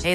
Hey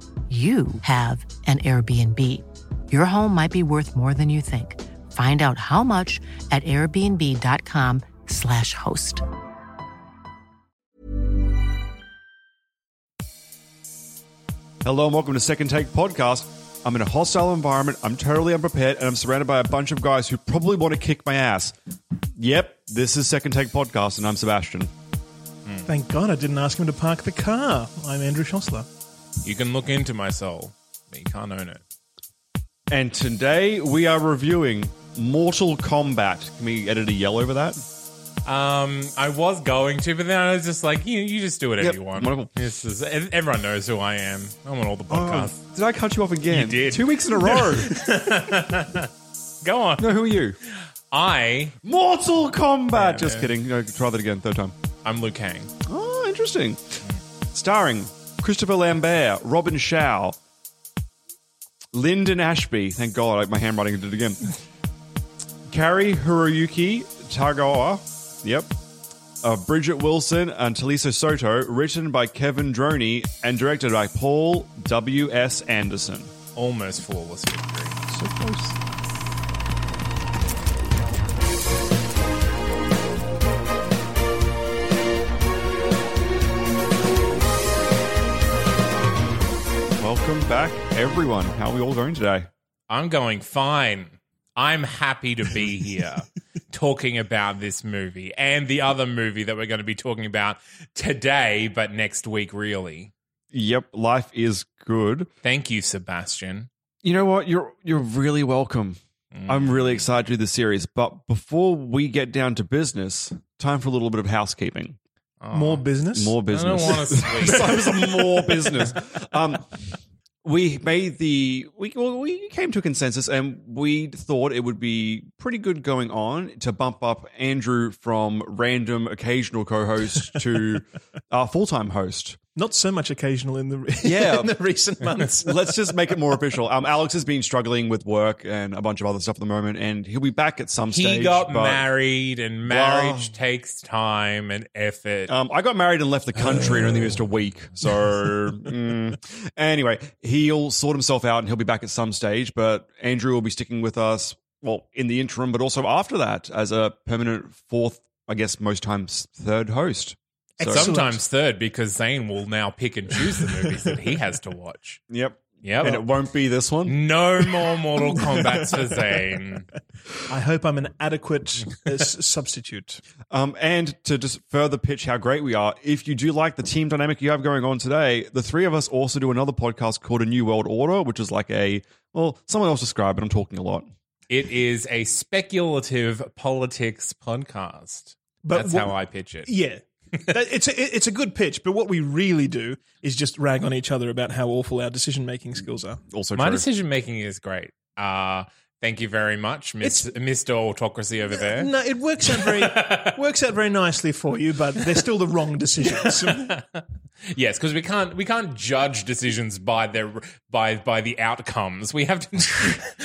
you have an Airbnb. Your home might be worth more than you think. Find out how much at airbnb.com/slash host. Hello and welcome to Second Take Podcast. I'm in a hostile environment, I'm totally unprepared, and I'm surrounded by a bunch of guys who probably want to kick my ass. Yep, this is Second Take Podcast, and I'm Sebastian. Thank God I didn't ask him to park the car. I'm Andrew Schossler. You can look into my soul, but you can't own it. And today we are reviewing Mortal Kombat. Can we edit a yell over that? Um, I was going to, but then I was just like, you, you just do whatever Yep, you want. wonderful. This is, ev- everyone knows who I am. I'm on all Oh. the podcasts. did I cut you off again? You did. Two weeks in a row. Go on. no, who are you? I, Mortal Kombat. Yeah, Just man. kidding. No, try that again, third time. I'm Liu Kang. Oh, interesting. Starring Christopher Lambert, Robin Shaw, Lyndon Ashby. Thank God, like my handwriting did it again. Carrie Hiroyuki Tagawa. Yep. Uh, Bridget Wilson and Talisa Soto, written by Kevin Droney and directed by Paul W. S. Anderson. Almost flawless victory. So close. Welcome back, everyone. How are we all going today? I'm going fine. I'm happy to be here talking about this movie and the other movie that we're going to be talking about today, but next week, really. Yep, life is good. Thank you, Sebastian. You know what? You're you're really welcome. I'm Mm. really excited to do this series, but before we get down to business, time for a little bit of housekeeping. Oh, More business. More I don't business. want to sleep. Sometimes more business. Um, we made the we well, we came to a consensus, and we thought it would be pretty good going on to bump up Andrew from random occasional co-host to our full-time host. Not so much occasional in the Yeah. in the recent months. Let's just make it more official. Um, Alex has been struggling with work and a bunch of other stuff at the moment, and he'll be back at some He stage. got but- married, and marriage takes time and effort. Um, I got married and left the country in only just a week. So, mm. anyway, he'll sort himself out and he'll be back at some stage. But Andrew will be sticking with us, well, in the interim, but also after that as a permanent fourth, I guess, most times third host. So, Excellent. Sometimes third, because Zane will now pick and choose the movies that he has to watch. yep. Yep. And it won't be this one. No more Mortal Kombat for Zane. I hope I'm an adequate uh, s- substitute. Um, and to just further pitch how great we are, if you do like the team dynamic you have going on today, the three of us also do another podcast called A New World Order, which is like a, well, someone else describe it. I'm talking a lot. It is a speculative politics podcast. But That's what- how I pitch it. Yeah. That- it's a it- it's a good pitch, but what we really do is just rag on each other about how awful our decision making skills are. Also, My true. decision making is great. Uh, thank you very much, Miss, Mr. Autocracy over there. No, it works out very works out very nicely for you, but they're still the wrong decisions. Yes, because we can't we can't judge decisions by their by by the outcomes. We have to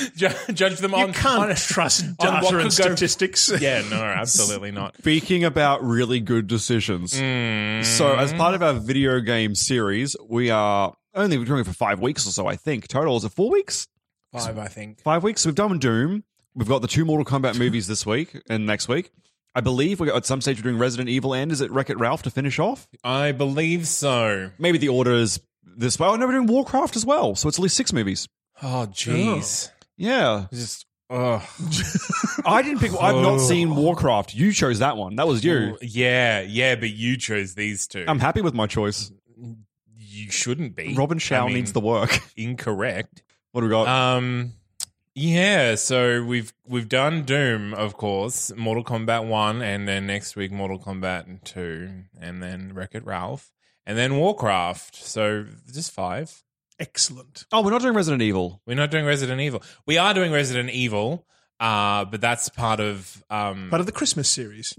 ju- judge them on. you can't on- trust on what data could and go- statistics. yeah, no, absolutely not. Speaking about really good decisions. So, as part of our video game series, we are only we're doing it for five weeks or so, I think. Total is it four weeks? Five, I think. Five weeks. We've done Doom. We've got the two Mortal Kombat movies this week and next week. I believe we got, at some stage we're doing Resident Evil and is it Wreck It Ralph to finish off? I believe so. Maybe the order is this way. Oh, no, we're doing Warcraft as well. So it's at least six movies. Oh, jeez. Yeah. Just, oh. I didn't pick, I've not seen Warcraft. You chose that one. That was you. Yeah, yeah, but you chose these 2 I'm happy with my choice. you shouldn't be. Um, Robin Shaw I mean, needs the work. incorrect. What do we got? Um, yeah. So we've we've done Doom, of course, Mortal Kombat One, and then next week Mortal Kombat Two, and then Wreck It Ralph, and then Warcraft. So just five. excellent. Oh, we're not doing Resident Evil. We're not doing Resident Evil. We are doing Resident Evil, uh, but that's part of. Um, Part of the Christmas series.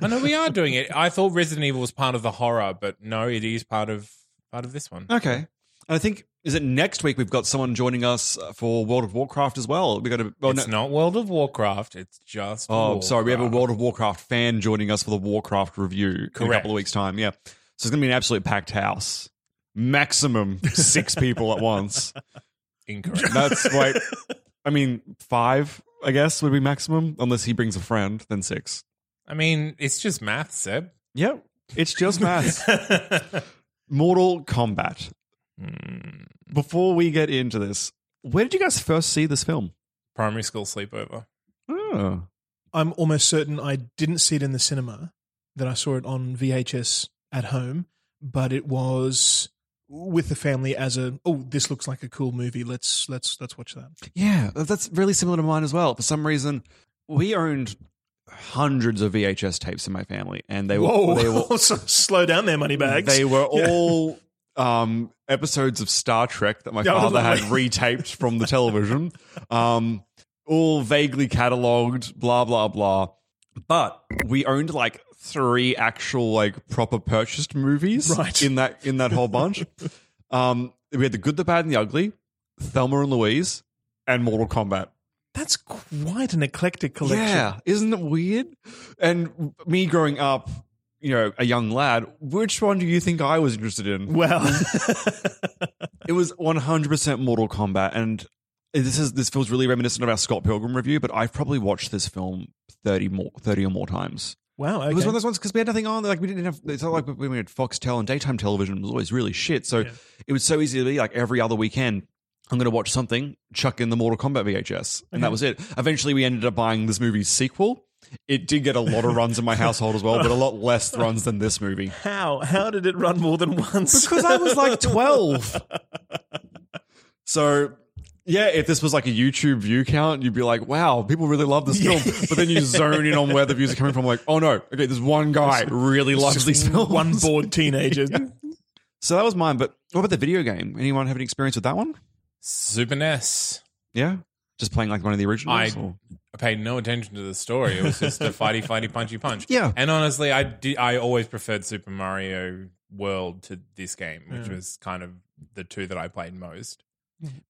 I know we are doing it. I thought Resident Evil was part of the horror, but no, it is part of part of this one. Okay. And I think is it next week we've got someone joining us for World of Warcraft as well. We're going to. Oh, it's no, not World of Warcraft. It's just. oh sorry. We have a Warcraft. World of Warcraft fan joining us for the Warcraft review in a Correct. couple of weeks' time. Yeah. So it's going to be an absolute packed house. Maximum six people at once. Incorrect. That's right. I mean, five, I guess, would be maximum, unless he brings a friend, then six. I mean, it's just math, Seb. Yep. It's just maths. Mortal Kombat. Mm, Before we get into this, where did you guys first see this film? primary school sleepover. Oh. I'm almost certain I didn't see it in the cinema, that I saw it on VHS at home, but it was with the family as a oh this looks like a cool movie let's let's let's watch that Yeah, that's really similar to mine as well. For some reason, we owned hundreds of VHS tapes in my family, and they were they were So slow down there money bags They were all um, episodes of Star Trek that my Yeah, father had lovely. retaped from the television, um, all vaguely catalogued, blah blah blah. But we owned like three actual like proper purchased movies Right. in that in that whole bunch. um, we had the Good, the Bad, and the Ugly, Thelma and Louise, and Mortal Kombat. that's quite an eclectic collection Yeah, isn't it weird? And me growing up, you know, a young lad, which one do you think I was interested in? well It was 100% Mortal Kombat, and this is this feels really reminiscent of our Scott Pilgrim review. But I've probably watched this film 30 more, 30 or more times. wow okay. It was one of those ones because we had nothing on. Like we didn't have. It's not like when we had Foxtel and daytime television was always really shit. So Yeah. it was so easy to be like every other weekend. I'm going to watch something. Chuck in the Mortal Kombat VHS, and that was it. Eventually, we ended up buying this movie's sequel. It did get a lot of runs in my household as well, but a lot less runs than this movie how how did it run more than once because I was like 12. So, yeah, if this was like a YouTube view count, you'd be like, wow, people really love this film. But then you zone in on where the views are coming from, like, oh no, okay, there's one guy really loves these films. one bored teenager So that was mine. But what about the video game? Anyone have any experience with that one? Super E NES. Yeah. Just playing like one of the originals? I- or- I paid no attention to the story. It was just a fighty, fighty, punchy punch. Yeah. And honestly, I did, I always preferred Super Mario World to this game, which Mm. Yeah. was kind of the two that I played most.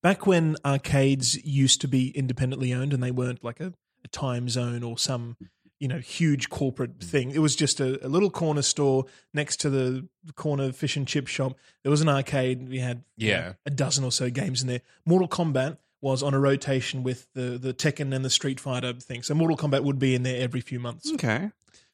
back when arcades used to be independently owned and they weren't like a, a time zone or some you know huge corporate Mm. thing it was just a, a little corner store next to the corner fish and chip shop there was an arcade we had you know, Yeah. a dozen or so games in there mortal kombat was on a rotation with the the tekken and the street fighter thing so mortal kombat would be in there every few months okay.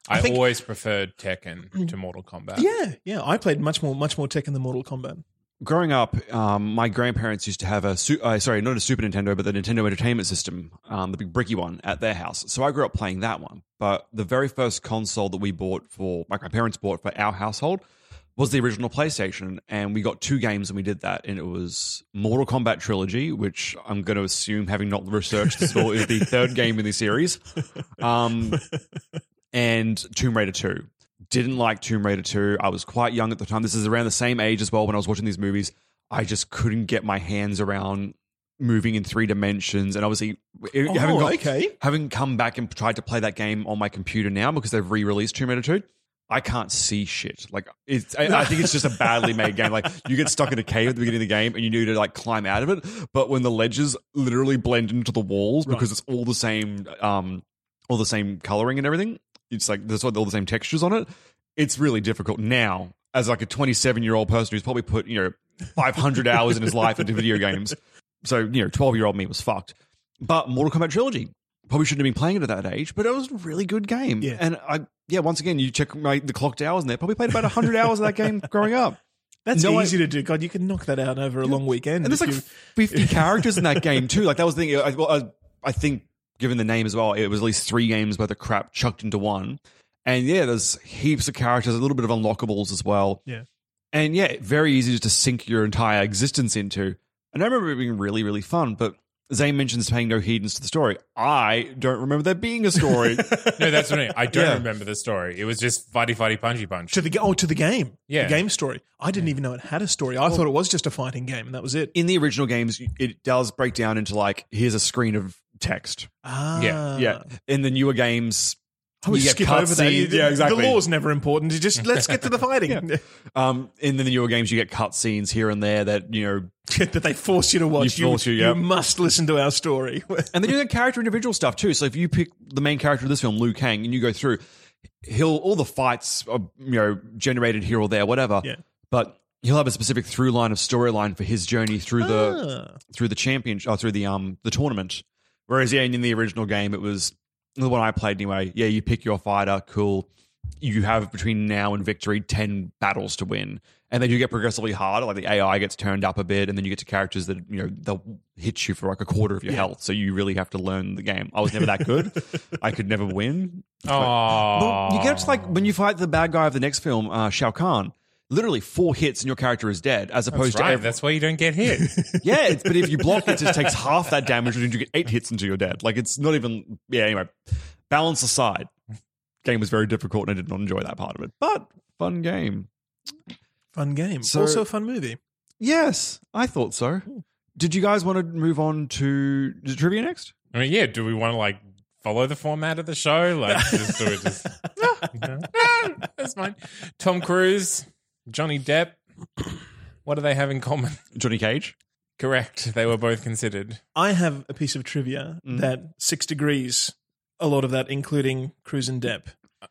I, think- always preferred Tekken to Mortal Kombat. yeah yeah i played much more much more tekken than mortal kombat growing up, um, my grandparents used to have a su- uh, sorry, not a Super Nintendo, but the Nintendo Entertainment System, um, the big bricky one, at their house. So I grew up playing that one. But the very first console that we bought for, like my parents bought for our household, was the original PlayStation, and we got two games, and we did that, and it was Mortal Kombat Trilogy, which I'm going to assume, having not researched this at all, is the third game in the series, um, and Tomb Raider Two. Didn't like Tomb Raider Two. I was quite young at the time. This is around the same age as well when I was watching these movies. I just couldn't get my hands around moving in three dimensions, and obviously it- Oh, having got- okay. having come back and tried to play that game on my computer now because they've re-released Tomb Raider Two. I can't see shit. Like it's, I, I think it's just a badly made game. Like you get stuck in a cave at the beginning of the game and you need to like climb out of it. But when the ledges literally blend into the walls because it's all the same, um, all the same coloring and everything. It's like there's all the same textures on it. It's really difficult now as like a 27 year old person who's probably put you know 500 hours in his life into video games. So you know, 12 year old me was fucked. But Mortal Kombat Trilogy probably shouldn't have been playing it at that age, but it was a really good game. Yeah. And I, yeah, once again, you check my, the clocked hours in there. Probably played about 100 hours of that game growing up. that's No, I- easy to do god you can knock that out over a long weekend And there's if like you- 50 characters in that game too. Like that was the thing. I, well, I, I think given the name as well, it was at least three games worth of crap chucked into one. And yeah, there's heaps of characters, a little bit of unlockables as well. Yeah. And yeah, very easy to sink your entire existence into. And I remember it being really, really fun. But Zane mentions paying no heedance to the story. I don't remember there being a story. No, that's what I mean. I don't Yeah. remember the story. It was just fighty fighty punchy punch. To the ga- oh, to the game, Yeah. the game story. I didn't even know it had a story. I thought it was just a fighting game, and that was it. In the original games, it does break down into like here's a screen of text. Ah, Yeah, Yeah, in the newer games, I would you get skip over that. cutscenes. Yeah, exactly. The law's never important. You just let's get to the fighting um, in the newer games, you get cutscenes here and there that you know that they force you to watch. You force you, yeah. must listen to our story. And they do the character individual stuff too. So if you pick the main character of this film, Liu Kang, and you go through, he'll all the fights are you know generated here or there, whatever. Yeah. But he'll have a specific through line of storyline for his journey through Ah. the through the championship or through the um the tournament. Whereas yeah, in the original game, it was the one I played anyway. Yeah, you pick your fighter, cool. You have between now and victory ten battles to win, and they do get progressively harder. Like the AI gets turned up a bit, and then you get to characters that you know they'll hit you for like a quarter of your health. So you really have to learn the game. I was never that good. I could never win. Oh, Well, you get up to like when you fight the bad guy of the next film, uh, Shao Kahn. Literally four hits and your character is dead, as opposed That's right. to every, That's why you don't get hit. yeah, it's, but if you block, it just takes half that damage, and you get eight hits until you're dead. Like it's not even. Yeah. Anyway, balance aside, game was very difficult, and I did not enjoy that part of it. But fun game. fun game. So- also a fun movie. Yes, I thought so. Did you guys want to move on to to trivia next? I mean, yeah. Do we want to like follow the format of the show? Like, just do it. Just no, that's fine. Tom Cruise, Johnny Depp. What do they have in common? Johnny Cage. Correct. They were both considered. I have a piece of trivia Mm. that Six Degrees, a lot of that, including Cruise and Depp.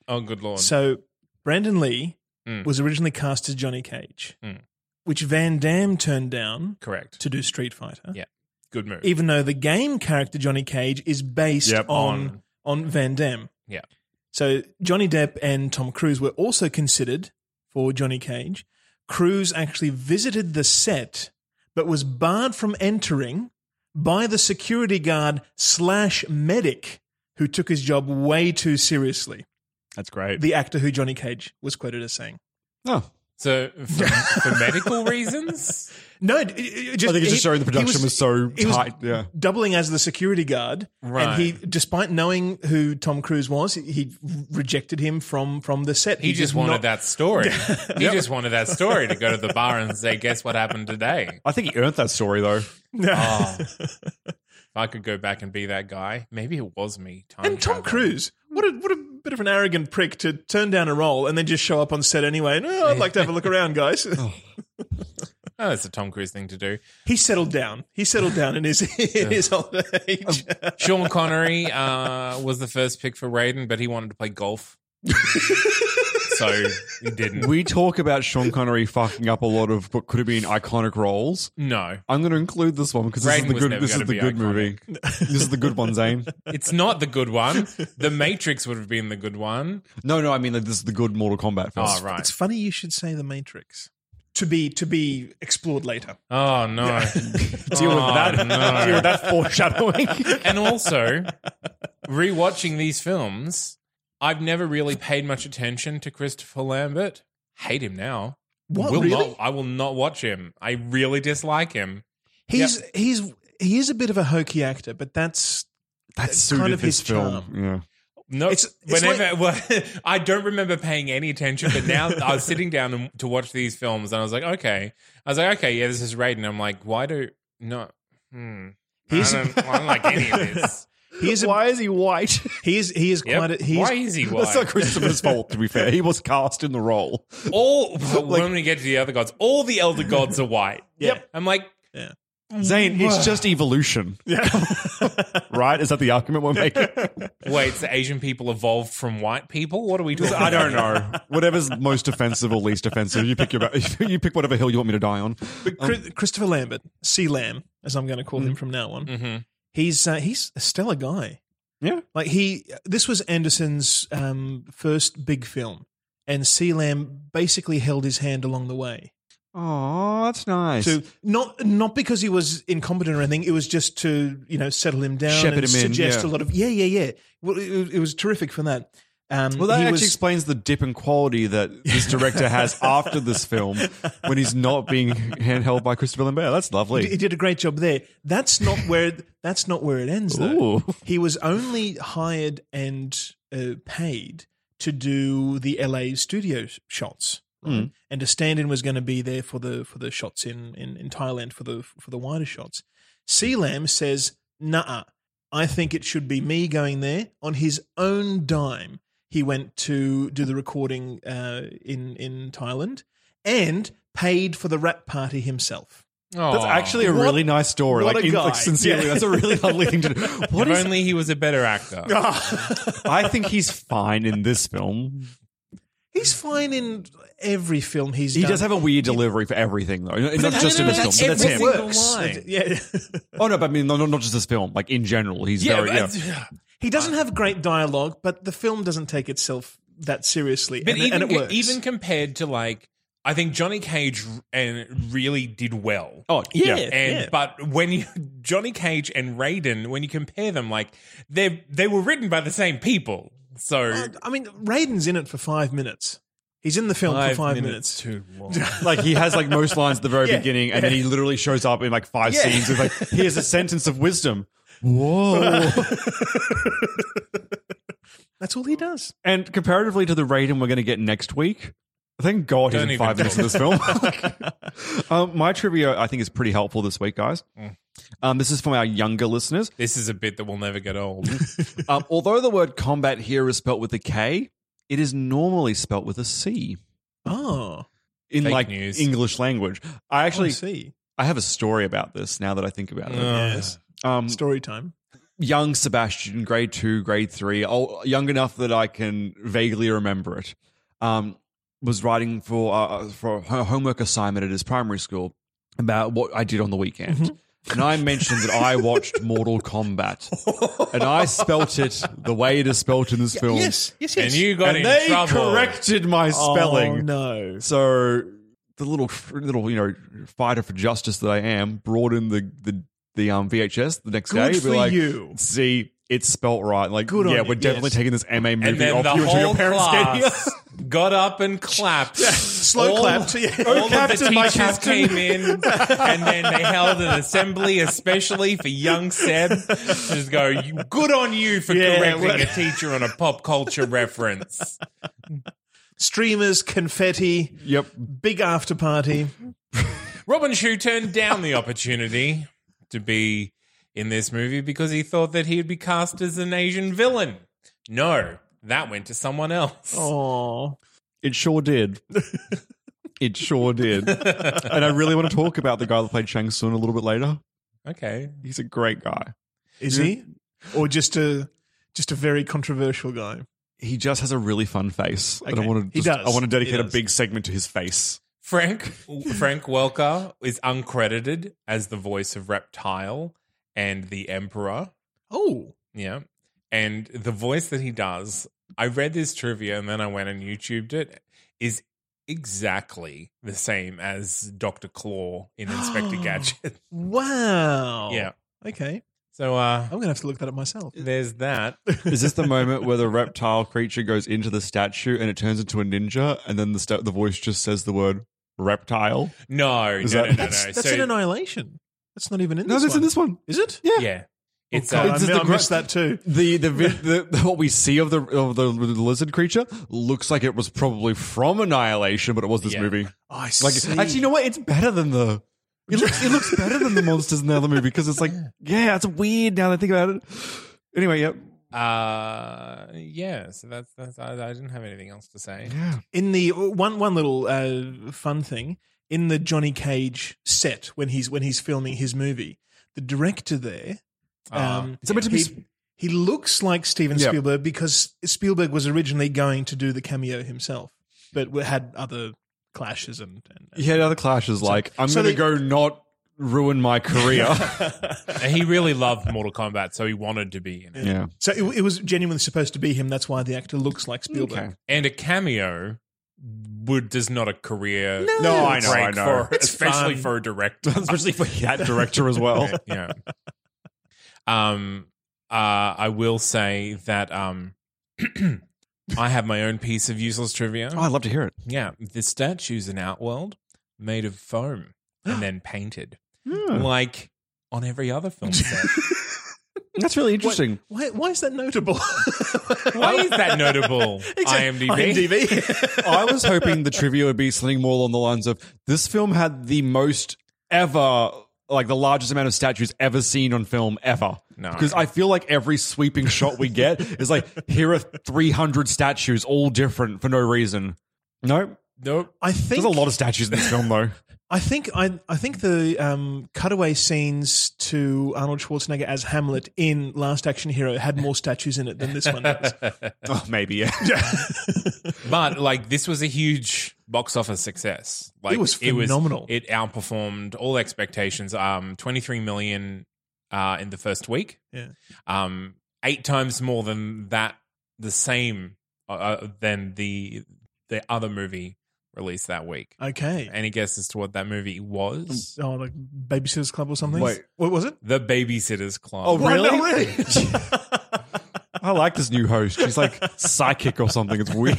Oh, good lord. So Brandon Lee Mm. was originally cast as Johnny Cage, Mm. which Van Damme turned down Correct. to do Street Fighter. Yeah. Good move. Even though the game character Johnny Cage is based Yep, on, on Van Damme. Yeah. So Johnny Depp and Tom Cruise were also considered for Johnny Cage. Cruise actually visited the set, but was barred from entering by the security guard slash medic who took his job way too seriously. That's great. The actor who Johnny Cage was quoted as saying. oh, So for, for medical reasons, No, it, it- it just, I think it's just he- showing the he production was, so he was tight. yeah. doubling as the security guard, Right. and he, despite knowing who Tom Cruise was, he, he rejected him from from the set. he, just did wanted not- that story. He just wanted that story to go to the bar and say, "Guess what happened today." I think he earned that story though. Oh, if I could go back and be that guy, maybe it was me. Time And Tom travel. Cruise, what a what a bit of an arrogant prick to turn down a role and then just show up on set anyway. And oh, I'd like to have a look around, guys. Oh, that's a Tom Cruise thing to do. he settled down. He settled down in his in his old age. Um, Sean Connery uh, was the first pick for Raiden, but he wanted to play golf, so he didn't. we talk about Sean Connery fucking up a lot of what could have been iconic roles. No, I'm going to include this one because this Raiden is the was good. never This is gonna the be good iconic. movie. this is the good one, Zane. it's not the good one. The Matrix would have been the good one. No, no, I mean like this is the good Mortal Kombat film. Oh right. It's funny you should say The Matrix. To be to be explored later. Oh no. Deal with Oh, that. no. Deal with that foreshadowing. and also rewatching these films, I've never really paid much attention to Christopher Lambert. Hate him now. What will really? not, I will not watch him. I really dislike him. He's he's he is a bit of a hokey actor, but that's That's kind suited of this his film. Yeah. No, It's- it's whenever well, I don't remember paying any attention, but now I was sitting down and, to watch these films, and I was like, okay, I was like, okay, yeah, this is Raiden. I'm like, why do no? Hmm, He's- I, don't, I don't like any of this. He is a- Why is he white? He is he is Yep. quite a, he's why is he? Why? That's not Christopher's fault. To be fair, he was cast in the role. all when we get to the other gods, all the elder gods are white. Yeah. I'm like, Mm. Zane, it's just evolution, right? Is that the argument we're making? wait, so Asian people evolved from white people? What are we talking? I about? don't know. Whatever's most offensive or least offensive, you pick your you pick whatever hill you want me to die on. But Chris, Christopher Lambert, C Lamb, as I'm going to call him from now on. Mm-hmm. He's uh, he's a stellar guy. Yeah. Like he, this was Anderson's um, first big film, and C Lamb basically held his hand along the way. Oh, that's nice. To not not because he was incompetent or anything, it was just to you know settle him down, Shepherd and him in, suggest yeah. a lot of yeah, yeah, yeah. Well, it, it was terrific for that. Um, Well, that he actually was- explains the dip in quality that this director has after this film when he's not being handheld by Christopher Lambert. That's lovely. He did a great job there. That's not where that's not where it ends though. Ooh. He was only hired and uh, paid to do the LA studio sh- shots. Hmm. right? And a stand-in was going to be there for the for the shots in, in, in Thailand for the for the wider shots. Sea Lamb says, "Nah, I think it should be me going there on his own dime." He went to do the recording uh, in in Thailand and paid for the rap party himself. That's actually a What- really nice story. what Like, a in- like, guy. sincerely, Yeah. that's a really lovely thing to do. What if is? only he was a better actor. I think he's fine in this film. He's fine in every film he's He done. does have a weird delivery for everything, though. Not no, not just no, in no, this film. but that's That's every him. single works. line. Yeah. Oh no, but I mean, no, no, not just this film. Like in general, he's very. Yeah. but- he doesn't have great dialogue, but the film doesn't take itself that seriously, But and, even, and it co- works. even compared to like, I think Johnny Cage r- and really did well. Oh yeah, yeah. And yeah. but when you Johnny Cage and Raiden, when you compare them, like they they were written by the same people. So Oh, I mean, Raiden's in it for five minutes. He's in the film for five minutes. too long. Like he has like most lines at the very Yeah, beginning, and then he literally shows up in like five scenes with like here's a sentence of wisdom. Whoa! That's all he does. and comparatively to the rating we're going to get next week, thank God he's Don't in even five minutes of this film. um, my trivia, I think, is pretty helpful this week, guys. Mm. Um, this is from our younger listeners. This is a bit that will never get old. Um, although the word combat here is spelt with a K, it is normally spelt with a C Oh, in Fake like news. English language. I actually, actually, uh, see. I have a story about this now that I think about it. Uh, Yes. Um, Story time. young Sebastian, grade two, grade three, oh, young enough that I can vaguely remember it, um, was writing for uh, for a ho- homework assignment at his primary school about what I did on the weekend. Mm-hmm. And I mentioned that I watched Mortal Kombat, and I spelt it the way it is spelt in this film. yes, and you got and in they trouble. corrected my spelling. Oh, no. So the little little you know fighter for justice that I am brought in the the the um VHS the next Good day. for be like, you. See, it's spelt right. Like, Good on yeah, you, we're definitely yes. taking this MA movie And then off the you until whole your parents get here. class got up and clapped. Slow All- clapped. All Yeah. of the Captain, my teachers captain. came in, and then they held an assembly, especially for young Seb. to Just go, "You- good on you for Yeah, correcting what- a teacher on a pop culture reference. Streamers, confetti, Yep. big after party. Robin Shue turned down the opportunity to be in this movie because he thought that he'd be cast as an Asian villain. No, that went to someone else. Oh, It sure did. it sure did. and I really want to talk about the guy that played Shang Tsung a little bit later. Okay. He's a great guy. is he, or just a just a very controversial guy? He just has a really fun face. And I Okay. want to He just, does. I want to He dedicate a does. big segment to his face. Frank Frank Welker is uncredited as the voice of Reptile and the Emperor. Oh, Yeah. And the voice that he does, I read this trivia and then I went and YouTubed it, is exactly the same as Dr. Claw in Inspector Gadget. wow. Yeah. Okay. So uh I'm gonna have to look that up myself. there's that. Is this the moment where the reptile creature goes into the statue and it turns into a ninja, and then the sta- the voice just says the word reptile? No, Is no, that- no, no, no. That's, that's so, an annihilation. That's not even in No, this that's one. in this one. Is it? yeah. Oh, It's God, uh, It's I, the I gro- missed that too. The the, vi- the the what we see of the of the lizard creature looks like it was probably from Annihilation, but it was this Yeah. movie. Oh, I Like, see. actually, you know what? It's better than the. It looks it looks better than the monsters in the other movie because it's like, yeah, it's weird now that I think about it. Anyway, yep. uh yeah, so that's that's I, I didn't have anything else to say. Yeah. in the one one little uh, fun thing in the Johnny Cage set when he's when he's filming his movie, the director there Ah, Um, Is it meant to be he, sp- he looks like Steven Yeah. Spielberg because Spielberg was originally going to do the cameo himself, but we had other clashes and. and, and- He had other clashes like, I'm so going they- to go not ruin my career. Uh, he really loved Mortal Kombat, so he wanted to be in it. yeah. So it, it was genuinely supposed to be him. That's why the actor looks like Spielberg. Okay. And a cameo would does not a career No. No, I know, break I know. for especially fun. for a director. especially for that director as well. yeah. Um uh I will say that um I have my own piece of useless trivia. Oh, I'd love to hear it. Yeah, the statue's in Outworld made of foam and then painted, Hmm. like on every other film set. That's really interesting. Why, why is that notable? Why is that notable? Exactly. IMDb. IMDb. I was hoping the trivia would be something more along the lines of this film had the most ever, like the largest amount of statues ever seen on film ever. No. Because I feel like every sweeping shot we get is like, here are 300 statues, all different for no reason. No, Nope. I think there's a lot of statues in this film, though. I think I I think the um, cutaway scenes to Arnold Schwarzenegger as Hamlet in Last Action Hero had more statues in it than this one does. oh, maybe, yeah. But like this was a huge box office success. Like It was phenomenal. It, outperformed all expectations. Um, twenty three million uh, in the first week. Yeah. Um, eight times more than that. The same uh, uh, than the the other movie released that week. Okay. Any guess as to what that movie was? oh, like Babysitters Club or something. Wait. what was it? The Babysitter's Club. Oh, really? Um, Oh, no, I like this new host. She's like psychic or something. It's weird.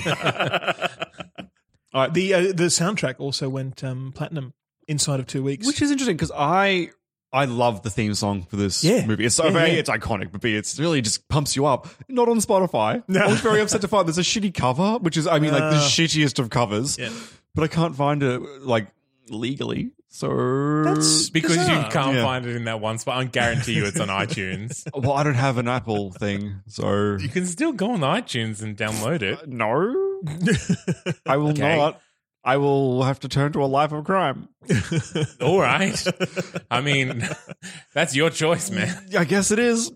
the uh, the soundtrack also went um, platinum inside of two weeks. Which is interesting because I I love the theme song for this Yeah. movie. It's so Yeah, A, yeah. it's iconic, but B, it's really just pumps you up. Not on Spotify. I was very upset to find there's a shitty cover, which is I mean like the Uh, shittiest of covers. Yeah. But I can't find it like legally. So That's- because you Bizarre. can't Yeah. find it in that one spot. I guarantee you it's on iTunes. well, I don't have an Apple thing, so You can still go on iTunes and download it. no. I will Okay. not. I will have to turn to a life of crime. All right. I mean, that's your choice, man. I guess it is.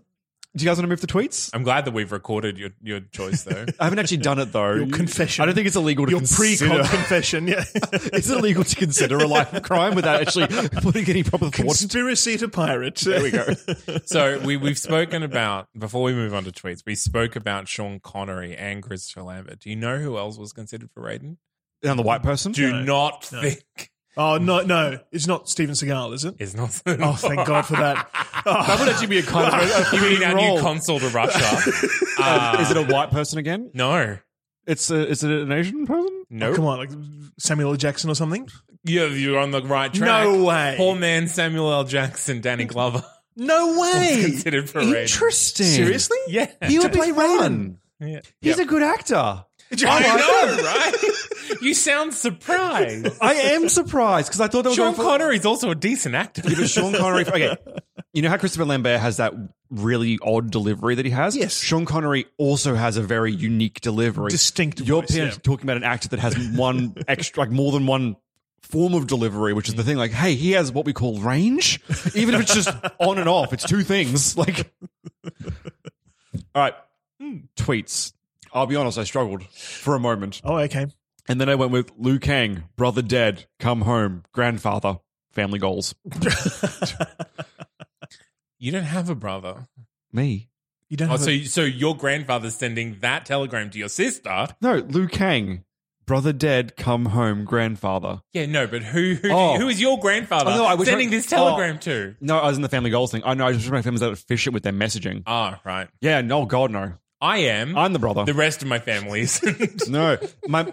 Do you guys want to move to tweets? I'm glad that we've recorded your, your choice, though. I haven't actually done it though. Your confession. I don't think it's illegal to Your pre consider. confession, yeah. Is it illegal to consider a life of crime without actually putting any proper thought? to Conspiracy to pirate. There we go. So we, we've spoken about, before we move on to tweets, we spoke about Sean Connery and Christopher Lambert. Do you know who else was considered for Raiden? it? And the white person? Do No, not no. think. oh no, no, it's not Steven Seagal, is it? It's not. Oh, thank God for that. Oh, That would actually be a kind of a You mean our role. new consul to Russia? Uh, Uh, Is it a white person again? no. It's a, is it an Asian person? No. Come Oh, on, like Samuel L. Jackson or something? You're, you're on the right track. No way. Poor man Samuel L. Jackson, Danny Glover. No way. considered for Raiden. Interesting. Seriously? Yeah. He would play play Raiden. yeah. He's a good actor. I like know, right? You sound surprised. I am surprised because I thought they were Sean going for Connery's also a decent actor. Give us Sean Connery. Okay, you know how Christopher Lambert has that really odd delivery that he has. Yes. Sean Connery also has a very unique delivery, Distinct You're voice, yeah. talking about an actor that has one extra, like more than one form of delivery, which is the thing. Like, hey, he has what we call range, even if it's just on and off. It's two things. Like, all right, Hmm. tweets. I'll be honest, I struggled for a moment, Oh, okay. and then I went with Liu Kang, brother dead, come home, grandfather, family goals. You don't have a brother. Me. You don't Oh, have so a- so your grandfather's sending that telegram to your sister. No, Liu Kang. Brother dead, come home, grandfather. Yeah, no, but who who, do you- Oh. who is your grandfather Oh, no, I wish sending I- this telegram to? No, I was in the Family Goals thing. I know, I just remember families that fish it with their messaging. Ah, right. Yeah, no, God, no. I am. I'm the brother. the rest of my family isn't. no, my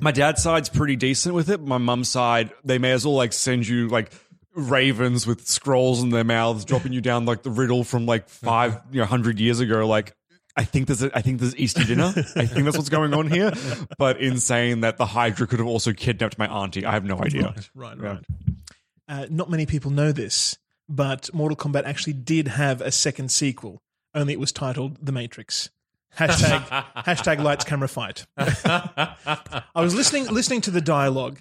my dad's side's pretty decent with it. My mum's side, they may as well like send you like ravens with scrolls in their mouths, dropping you down like the riddle from like five, you know, hundred years ago. Like, I think there's a, I think there's Easter dinner. I think that's what's going on here. But in saying that, the Hydra could have also kidnapped my auntie. I have no idea. Right, right, Yeah. right. Uh, not many people know this, but Mortal Kombat actually did have a second sequel, only it was titled The Matrix. Hashtag, hashtag lights, camera, fight. I was listening listening to the dialogue,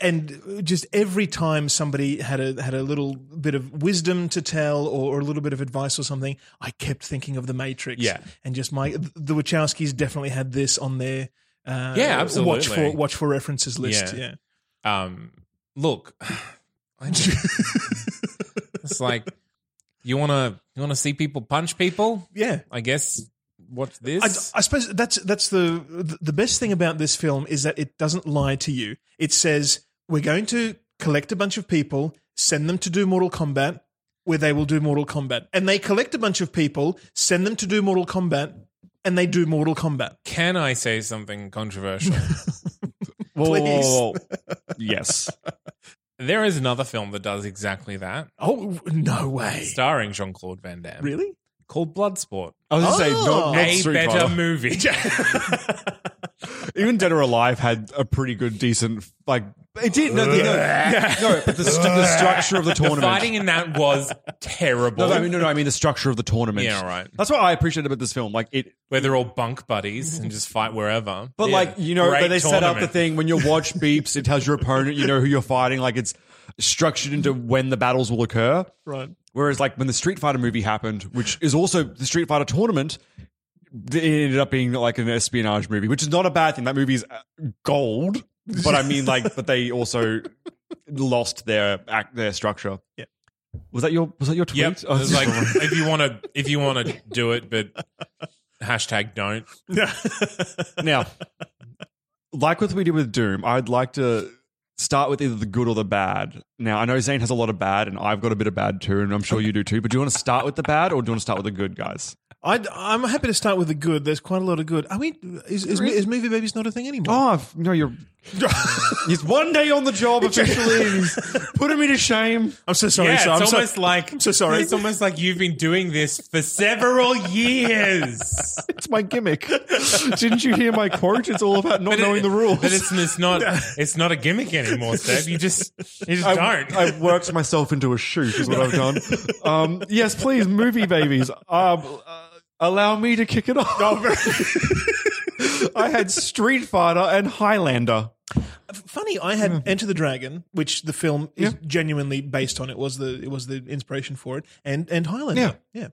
and just every time somebody had a had a little bit of wisdom to tell or, or a little bit of advice or something, I kept thinking of the Matrix. Yeah. and just my the Wachowskis definitely had this on their uh, Yeah, watch absolutely. for watch for references list. Yeah. Yeah, um, look, I just- it's like you want to you want to see people punch people. yeah. I guess watch I, this. I suppose that's that's the the best thing about this film is that it doesn't lie to you. It says we're going to collect a bunch of people, send them to do Mortal Kombat, where they will do Mortal Kombat, and they collect a bunch of people, send them to do Mortal Kombat, and they do Mortal Kombat. Can I say something controversial? Whoa, whoa, Please. whoa, whoa. yes. there is another film that does exactly that, Oh no way! starring Jean Claude Van Damme, Really? called Bloodsport. I was going to say, Oh. not, not a Street better Fighter. movie. Even Dead or Alive had a pretty good, decent, like, it did. No, the, no, no, but the, st- the structure of the the tournament. fighting in that was no, terrible. no, I mean, no, no, I mean the structure of the tournament. Yeah, right. That's what I appreciate about this film. Like, it Where they're all bunk buddies and just fight wherever. But Yeah. like you know, Great but they set up the tournament. thing when your watch beeps, it tells your opponent you know who you're fighting. Like it's structured into when the battles will occur. Right. Whereas like when the Street Fighter movie happened, which is also the Street Fighter tournament, it ended up being like an espionage movie, which is not a bad thing. That movie's uh, gold, but I mean like, but they also lost their act, their structure. Yeah. Was that your was that your tweet? Yep. Oh, It's like if you want to, if you want to do it, but hashtag don't. Yeah. Now, like what we did with Doom, I'd like to start with either the good or the bad. Now, I know Zane has a lot of bad, and I've got a bit of bad too, and I'm sure you do too. But do you want to start with the bad, or do you want to start with the good, guys? i I'm happy to start with the good. There's quite a lot of good. I mean, is, is, is movie babies not a thing anymore? Oh I've- no, you're. he's one day on the job officially, and he's putting me to shame. I'm so sorry. yeah, so it's I'm so- almost like I'm so sorry. It's almost like you've been doing this for several years. It's my gimmick. Didn't you hear my quote? It's all about not knowing the rules. But it's, it's not it's not a gimmick anymore, Steph. You just you just I, don't. I've worked myself into a shoot, is what I've done. Um, yes, please, movie babies, um, uh, allow me to kick it off. I had Street Fighter and Highlander. Funny, I Hmm. had Enter the Dragon, which the film is genuinely based on. It was the it was the inspiration for it, and and Highlander. Yeah. yeah.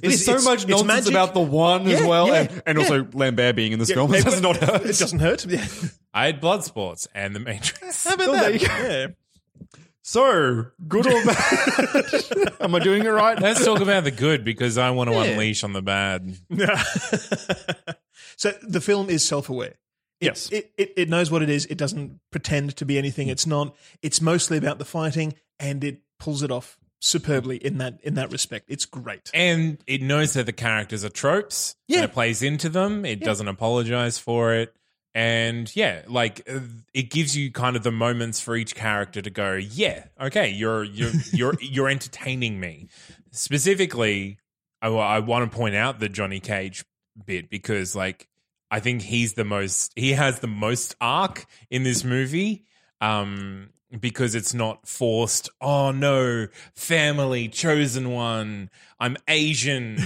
There's so much nonsense about the one as Yeah, well, yeah, and, and also Lambert being in this film. It does not hurt. It doesn't hurt. Yeah. I had blood sports and the Matrix. Oh, there you go. So good or bad? Am I doing it right? Let's talk about the good because I want to unleash on the bad. so the film is self-aware. It, Yes. it, it it knows what it is. It doesn't pretend to be anything. It's not. It's mostly about the fighting, and it pulls it off superbly in that in that respect. It's great. And it knows that the characters are tropes. Yeah. And it plays into them. It doesn't apologize for it. And yeah, like uh, it gives you kind of the moments for each character to go, yeah, okay, you're you're you're you're entertaining me. Specifically, I, I want to point out the Johnny Cage bit because like I think he's the most he has the most arc in this movie. Um because it's not forced, oh no, family, chosen one, I'm Asian,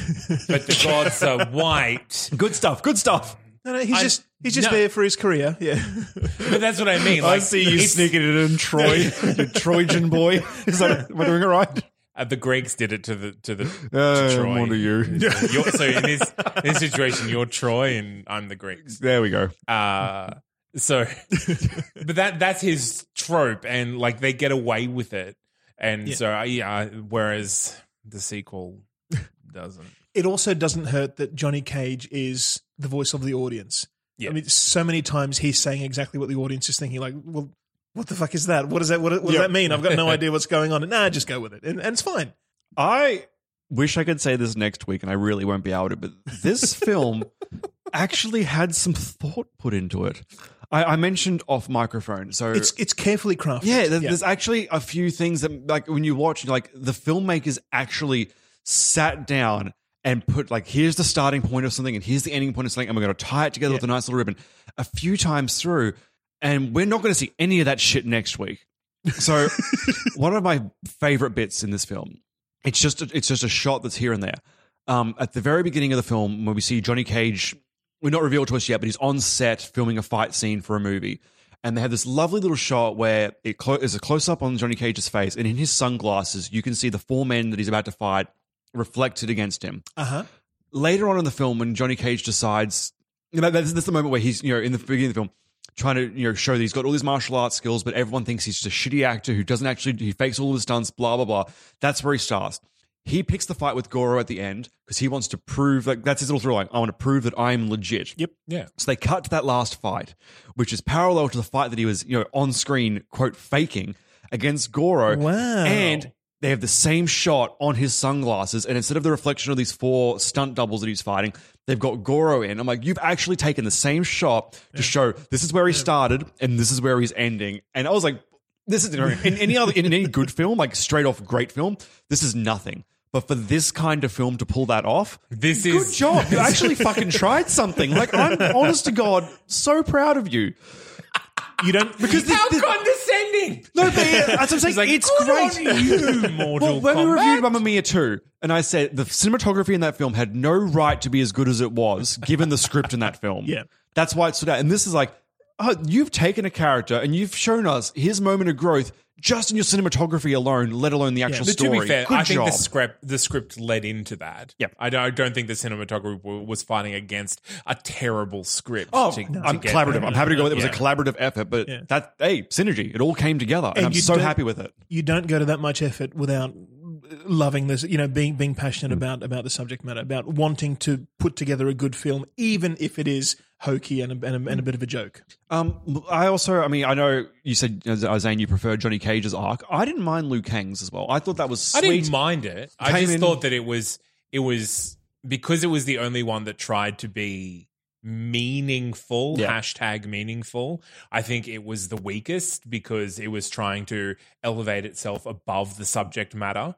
but the gods are white. Good stuff. Good stuff. No, no, he's I- just he's just no. there for his career. Yeah. But that's what I mean. I Like, see you it's- sneaking it in, Troy, the Trojan boy. Is that am I doing it right? uh, the Greeks did it to the to the to Uh, Troy. what are you? You're- so in this, in this situation, you're Troy and I'm the Greeks. There we go. Uh, so, but that that's his trope, and like they get away with it, and so I yeah. Whereas the sequel doesn't. it also doesn't hurt that Johnny Cage is the voice of the audience. Yeah. I mean, so many times he's saying exactly what the audience is thinking. Like, well, what the fuck is that? What does that? What, what does Yeah. that mean? I've got no idea what's going on. Nah, just go with it, and, and it's fine. I wish I could say this next week, and I really won't be able to. But this film actually had some thought put into it. I, I mentioned off microphone, so It's it's carefully crafted. yeah, there- there's actually a few things that, like, when you watch, like the filmmakers actually sat down and put, like, here's the starting point of something, and here's the ending point of something, and we're going to tie it together with a nice little ribbon a few times through. And we're not going to see any of that shit next week. So, one of my favorite bits in this film, it's just a, it's just a shot that's here and there. Um, at the very beginning of the film, when we see Johnny Cage, we're not revealed to us yet, but he's on set filming a fight scene for a movie, and they have this lovely little shot where it clo- is a close up on Johnny Cage's face, and in his sunglasses, you can see the four men that he's about to fight reflected against him Uh huh. later on in the film when Johnny Cage decides you know, that's, that's the moment where he's you know in the beginning of the film trying to you know show that he's got all these martial arts skills, but everyone thinks he's just a shitty actor who doesn't actually he fakes all of his stunts, blah blah blah. That's where he starts. He picks the fight with Goro at the end because he wants to prove like that's his little through line. I want to prove that I'm legit. Yep. Yeah. So they cut to that last fight, which is parallel to the fight that he was, you know, on screen, quote, faking against Goro. Wow. And they have the same shot on his sunglasses. And instead of the reflection of these four stunt doubles that he's fighting, They've got Goro in. I'm like, you've actually taken the same shot to show this is where he started and this is where he's ending. And I was like, this is in any other in any good film, like straight off great film, this is nothing. But for this kind of film to pull that off, This good is- job. You actually fucking tried something. Like I'm honest to God, so proud of you. You don't Because this, How this- condescending! no, but yeah, that's what I'm saying. It's like, it's good great. on you, Well, Mortal when we Kombat. reviewed Mamma Mia 2, and I said the cinematography in that film had no right to be as good as it was, given the script in that film. Yeah. That's why it stood out. And this is like, oh, you've taken a character and you've shown us his moment of growth just in your cinematography alone, let alone the actual But story. to be fair, good I job. think the script the script led into that. Yep. I don't, I don't think the cinematographer w- was fighting against a terrible script. Oh, to- I'm to get collaborative. there. I'm happy to go with it. It Yeah. was a collaborative effort, but Yeah. that, hey, synergy. It all came together, and, And I'm you so don't- happy with it. you don't go to that much effort without loving this you know being being passionate about about the subject matter about wanting to put together a good film even if it is hokey and a, and a, and Hmm. a bit of a joke Um, I also, I mean, I know you said, uh, Zane, you prefer Johnny Cage's arc. I didn't mind Liu Kang's as well. I thought that was I sweet. didn't mind it. I Came just in- thought that it was it was because it was the only one that tried to be meaningful Yeah. hashtag meaningful i think it was the weakest because it was trying to elevate itself above the subject matter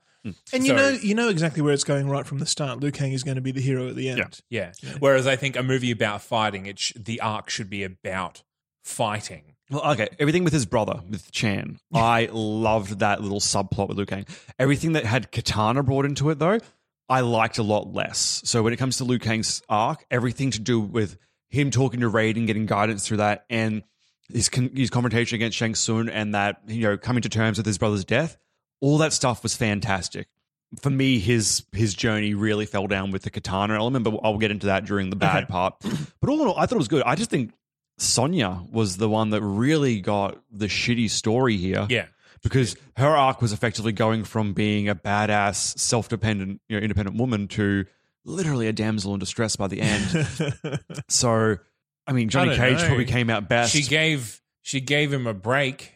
and you So- know you know exactly where it's going right from the start Liu Kang is going to be the hero at the end Yeah. Yeah. Whereas I think a movie about fighting, it sh- the arc should be about fighting. Well, okay. Everything with his brother, with Chan, I loved that little subplot with Liu Kang. Everything that had Katana brought into it, though, I liked a lot less. So when it comes to Liu Kang's arc, everything to do with him talking to Raiden, getting guidance through that, and his con- his confrontation against Shang Tsung, and that you know coming to terms with his brother's death, all that stuff was fantastic. For me, his his journey really fell down with the katana element, but I'll get into that during the bad part. But all in all, I thought it was good. I just think Sonya was the one that really got the shitty story here. Yeah. Because her arc was effectively going from being a badass, self dependent, you know, independent woman to literally a damsel in distress by the end. so, I mean, Johnny don't Cage know. probably came out best. She gave she gave him a break.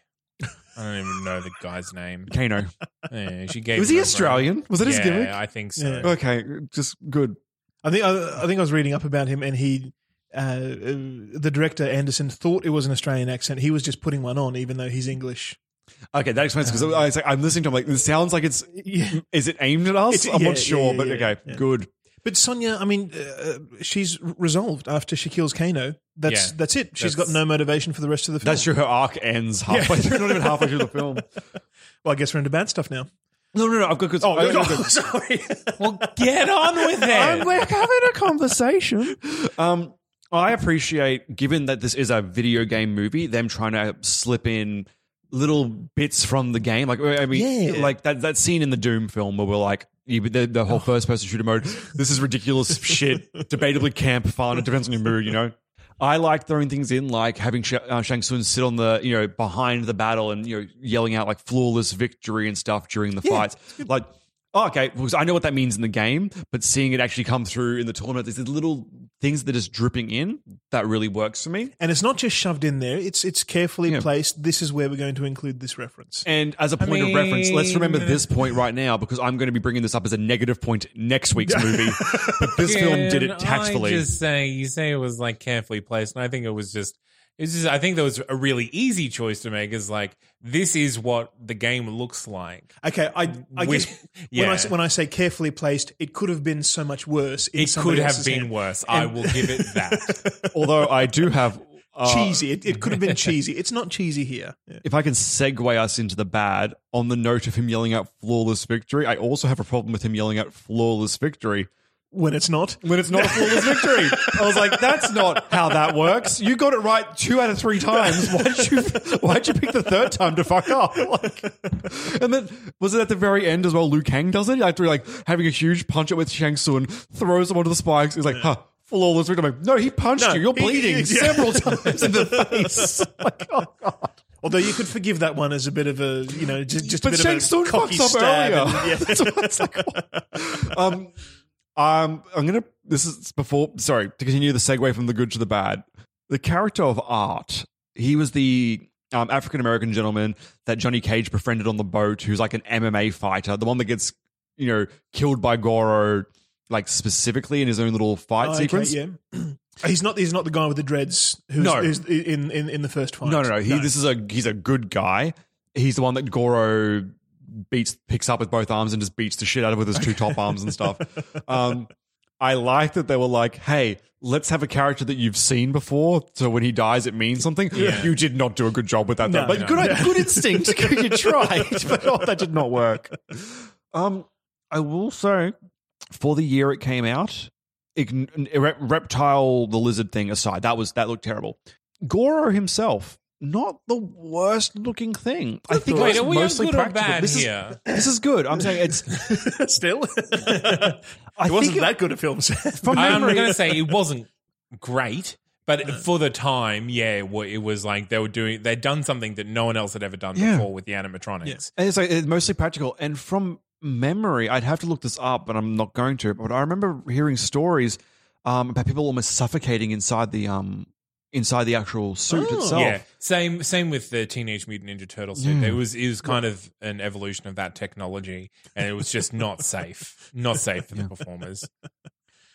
I don't even know the guy's name. Kano. Yeah, she gave. Was him he a break. Australian? Was that his yeah, gimmick? I think so. Yeah. Okay, just good. I think I, I think I was reading up about him, and he, uh, uh, the director Anderson, thought it was an Australian accent. He was just putting one on, even though he's English. Okay, that explains because I was like, I'm listening to him like this sounds like it's is it aimed at us? It's- I'm yeah, not sure, yeah, but yeah, okay, yeah. good. But Sonia, I mean, uh, she's resolved after she kills Kano. That's Yeah. that's it. She's got That's- no motivation for the rest of the film. That's true. Her arc ends halfway through, not even halfway through the film. Well, I guess we're into bad stuff now. No, no, no. I've got. Oh, no, sorry. Well, get on with it. we're having a conversation. Um, I appreciate, given that this is a video game movie, them trying to slip in little bits from the game. Like, I mean, Yeah. like that, that scene in the Doom film where we're like, you- the, the Oh. whole first person shooter mode, this is ridiculous shit, debatably camp fun. It depends on your mood, you know? I like throwing things in, like having Sh- uh, Shang Tsung sit on the, you know, behind the battle and, you know, yelling out like flawless victory and stuff during the fights. Like, oh, okay, because I know what that means in the game, but seeing it actually come through in the tournament, there's these little things that are just dripping in that really works for me. and it's not just shoved in there. It's it's carefully Yeah. placed. This is where we're going to include this reference. And as a point of reference, let's remember mean- this point right now because I'm going to be bringing this up as a negative point next week's movie. but this film did Can it tactfully. I just say you say it was like carefully placed, and I think it was just. It's just, I think that was a really easy choice to make. Is like this is what the game looks like. Okay, I I With- guess when I yeah. s- when I say carefully placed, it could have been so much worse. In It could somebody have else's been hand. worse. I will give it that. Although I do have. uh, cheesy. It, it could have been cheesy. It's not cheesy here. if I can segue us into the bad on the note of him yelling out flawless victory, I also have a problem with him yelling out flawless victory When it's not, when it's not a flawless victory. I was like, that's not how that works. You got it right two out of three times. Why'd you, why'd you pick the third time to fuck up? Like, and then, was it at the very end as well? Liu Kang does it after like having a huge punch up with Shang Tsung, throws him onto the spikes. He's like, huh. Flawless victory. I'm like, no, he punched No, you. You're he- bleeding he- yeah. several times in the face. Like, oh, God. although you could forgive that one as a bit of a you know just, just a but bit Shang of a Tsung cocky fucks up stab earlier. and- yeah. That's why it's like, what? um, um, I'm gonna. This is before. Sorry to continue the segue from the good to the bad. The character of Art. He was the um, African American gentleman that Johnny Cage befriended on the boat, who's like an MMA fighter, the one that gets you know killed by Goro like specifically in his own little fight Oh, okay, sequence. yeah. he's not. He's not the guy with the dreads. Who's, No. who's in, in in the first fight. No, no, no. He, This is a he's a good guy. He's the one that Goro beats, picks up with both arms and just beats the shit out of with his two top arms and stuff. Um, I like that they were like, "Hey, let's have a character that you've seen before, so when he dies, it means something." You did not do a good job with that, though. No, but no, good, no. good instinct. you tried, but oh, that did not work. Um, I will say, for the year it came out, ign- re- reptile the lizard thing aside, that was that looked terrible. Goro himself, not the worst looking thing. I think Wait, it are was we on mostly good or practical. bad this here? Is, this is good. I'm saying it's. still. I it wasn't think it- that good a film. Sam. From I'm memory- going to say it wasn't great, but for the time, yeah, wa- it was like they were doing they'd done something that no one else had ever done Yeah. before with the animatronics. And it's like it's mostly practical. And from memory, I'd have to look this up, but I'm not going to. But I remember hearing stories um, about people almost suffocating inside the um inside the actual suit Oh. itself. Yeah, same same with the Teenage Mutant Ninja Turtles. suit. It was it was kind of an evolution of that technology, and it was just not safe, not safe for the performers.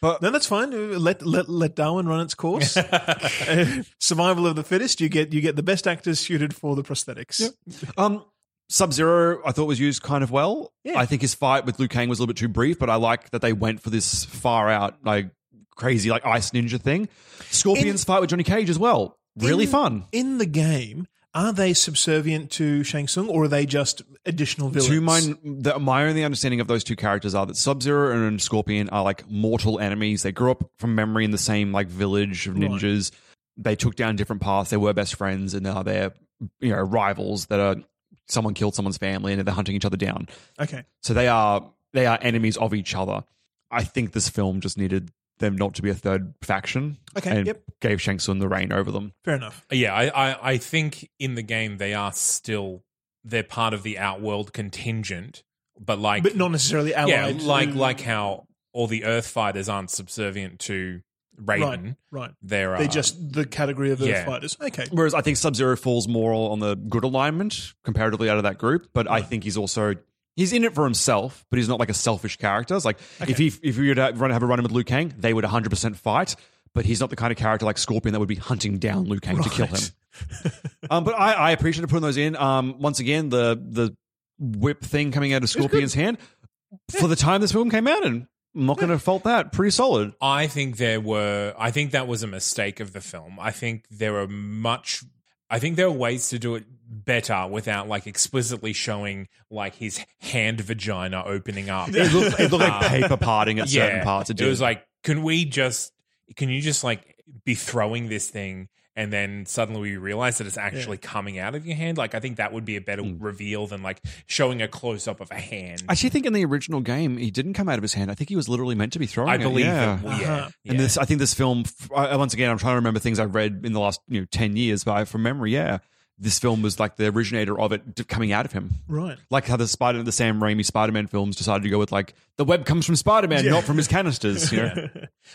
No, that's fine. Let let let Darwin run its course. Uh, Survival of the fittest. You get you get the best actors suited for the prosthetics. Um, Sub Zero, I thought was used kind of well. Yeah. I think his fight with Liu Kang was a little bit too brief, but I like that they went for this far out, like crazy, like ice ninja thing. Scorpion's fight with Johnny Cage as well, really In- fun. in the game. Are they subservient to Shang Tsung, or are they just additional villains? To my the, my only understanding of those two characters are that Sub Zero and Scorpion are like mortal enemies. They grew up from memory in the same like village of Right. ninjas. They took down different paths. They were best friends, and now they're you know rivals that are someone killed someone's family, and they're hunting each other down. okay, So they are they are enemies of each other. I think this film just needed them not to be a third faction. Okay, and yep. gave Shang Tsung the reign over them. fair enough. Yeah, I, I, I think in the game they are still they're part of the outworld contingent, but like But not necessarily yeah, allied. like to- like how all the Earth fighters aren't subservient to right, Raiden. right. They're They're uh, just the category of the yeah. fighters. Okay, Whereas I think Sub Zero falls more on the good alignment comparatively out of that group, but I think he's also he's in it for himself, but he's not like a selfish character. It's like if he if we were to run have a run in with Liu Kang, they would 100 percent fight. But he's not the kind of character like Scorpion that would be hunting down Liu Kang to kill him. Right. um, but I, I appreciate putting those in. Um, once again, the the whip thing coming out of Scorpion's hand for the time this film came out, and I'm not going to fault that. Pretty solid. I think there were. I think that was a mistake of the film. I think there are much. I think there are ways to do it better without like explicitly showing like his hand vagina opening up. It looked, it looked like Uh, paper parting at certain parts. It, It, did. was like, can we just, can you just like be throwing this thing and then suddenly we realize that it's actually coming out of your hand? Like, I think that would be a better reveal than like showing a close up of a hand. Hmm. I actually think in the original game, he didn't come out of his hand. I think he was literally meant to be throwing. I it. believe Yeah. that. well, yeah. Uh-huh. And this, I think this film. I, once again, I'm trying to remember things I've read in the last you know ten years, but I, from memory, yeah, this film was like the originator of it d- coming out of him. right. Like how the Spider, the Sam Raimi Spider-Man films decided to go with like the web comes from Spider-Man, not from his canisters. You know?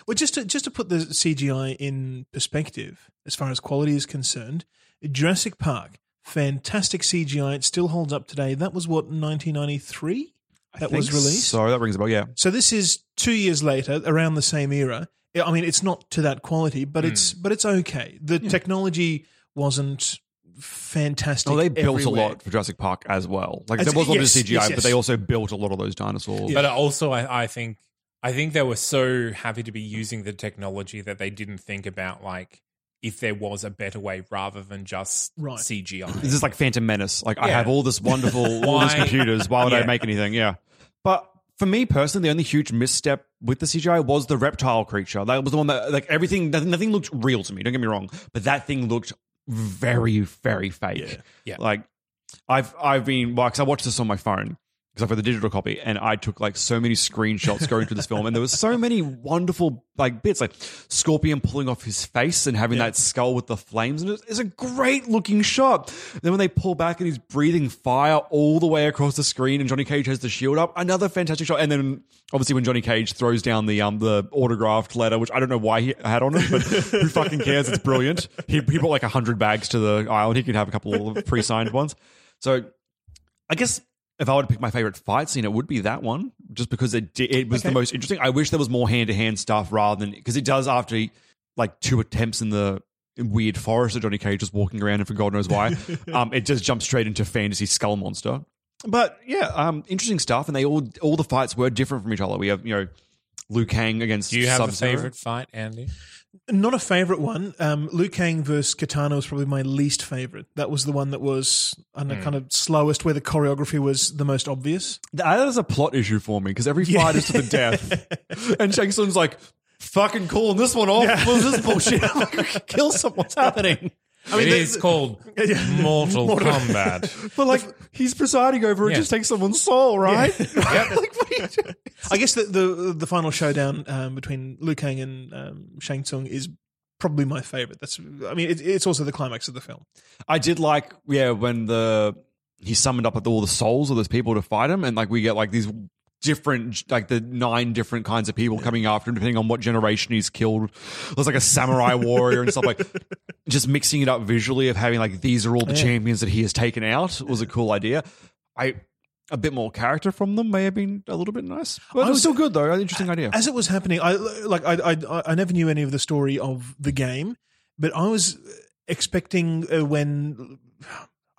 Well, just to just to put the CGI in perspective, as far as quality is concerned, Jurassic Park, fantastic CGI. It still holds up today. That was what 1993 that was released. So that rings a bell. Yeah, So this is two years later, around the same era. I I mean, it's not to that quality, but it's Hmm. but it's okay. The technology wasn't fantastic. well, they built Oh, everywhere. a lot for Jurassic Park as well. Like As- there was a lot yes, of CGI, yes, yes. but they also built a lot of those dinosaurs. But also, I, I think I think they were so happy to be using the technology that they didn't think about like if there was a better way rather than just Right. This CGI. is like Phantom Menace. Like I Yeah. have all this wonderful, all these Why- computers. Why would I Yeah. make anything? Yeah. But for me personally, the only huge misstep with the CGI was the reptile creature. That was the one that like everything. Nothing, nothing looked real to me. Don't get me wrong, but that thing looked very, very fake. Yeah. Like I've I've been well, 'cause I watched this on my phone. Because I've got the digital copy, and I took like so many screenshots going through this film, and there was so many wonderful like bits, like Scorpion pulling off his face and having that skull with the flames, and it's a great looking shot. then when they pull back and he's breathing fire all the way across the screen, and Johnny Cage has the shield up, another fantastic shot. And then obviously when Johnny Cage throws down the um the autographed letter, which I don't know why he had on it, but who fucking cares? It's brilliant. He, he brought like hundred bags to the aisle, and he could have a couple of pre signed ones. So I guess if I were to pick my favorite fight scene, it would be that one. just because it di- it was Okay. the most interesting. I wish there was more hand to hand stuff rather than because it does after like two attempts in the weird forest that Johnny Cage was walking around in for God knows why. um, it just jumps straight into fantasy skull monster. But yeah, um, interesting stuff, and they all all the fights were different from each other. We have you know Liu Kang against Do you have Sub-Zero. a favorite fight, Andy? Not a favorite one. Um, Liu Kang versus Katana was probably my least favorite. That was the one that was, I don't know, kind of slowest, where the choreography was the most obvious. That is a plot issue for me because every fight is to the death, and Shang Tsung's like fucking calling this one off. What is this bullshit? Kill someone's happening. It is they- called Mortal, Kombat. But like he's presiding over it, Yeah. just takes someone's soul, right? like, what are you doing? I guess the the, the final showdown um, between Liu Kang and um, Shang Tsung is probably my favorite. That's, I mean, it, it's also the climax of the film. I did like yeah when the he summoned up all the souls of those people to fight him, and like we get like these different like the nine different kinds of people coming after him depending on what generation he's killed. There's like a samurai warrior and stuff like just mixing it up visually of having like these are all the champions that he has taken out was a cool idea. I a bit more character from them may have been a little bit nice, but it was was- still good though. Interesting idea. As it was happening, I like I I, I never knew any of the story of the game, but I was expecting uh, when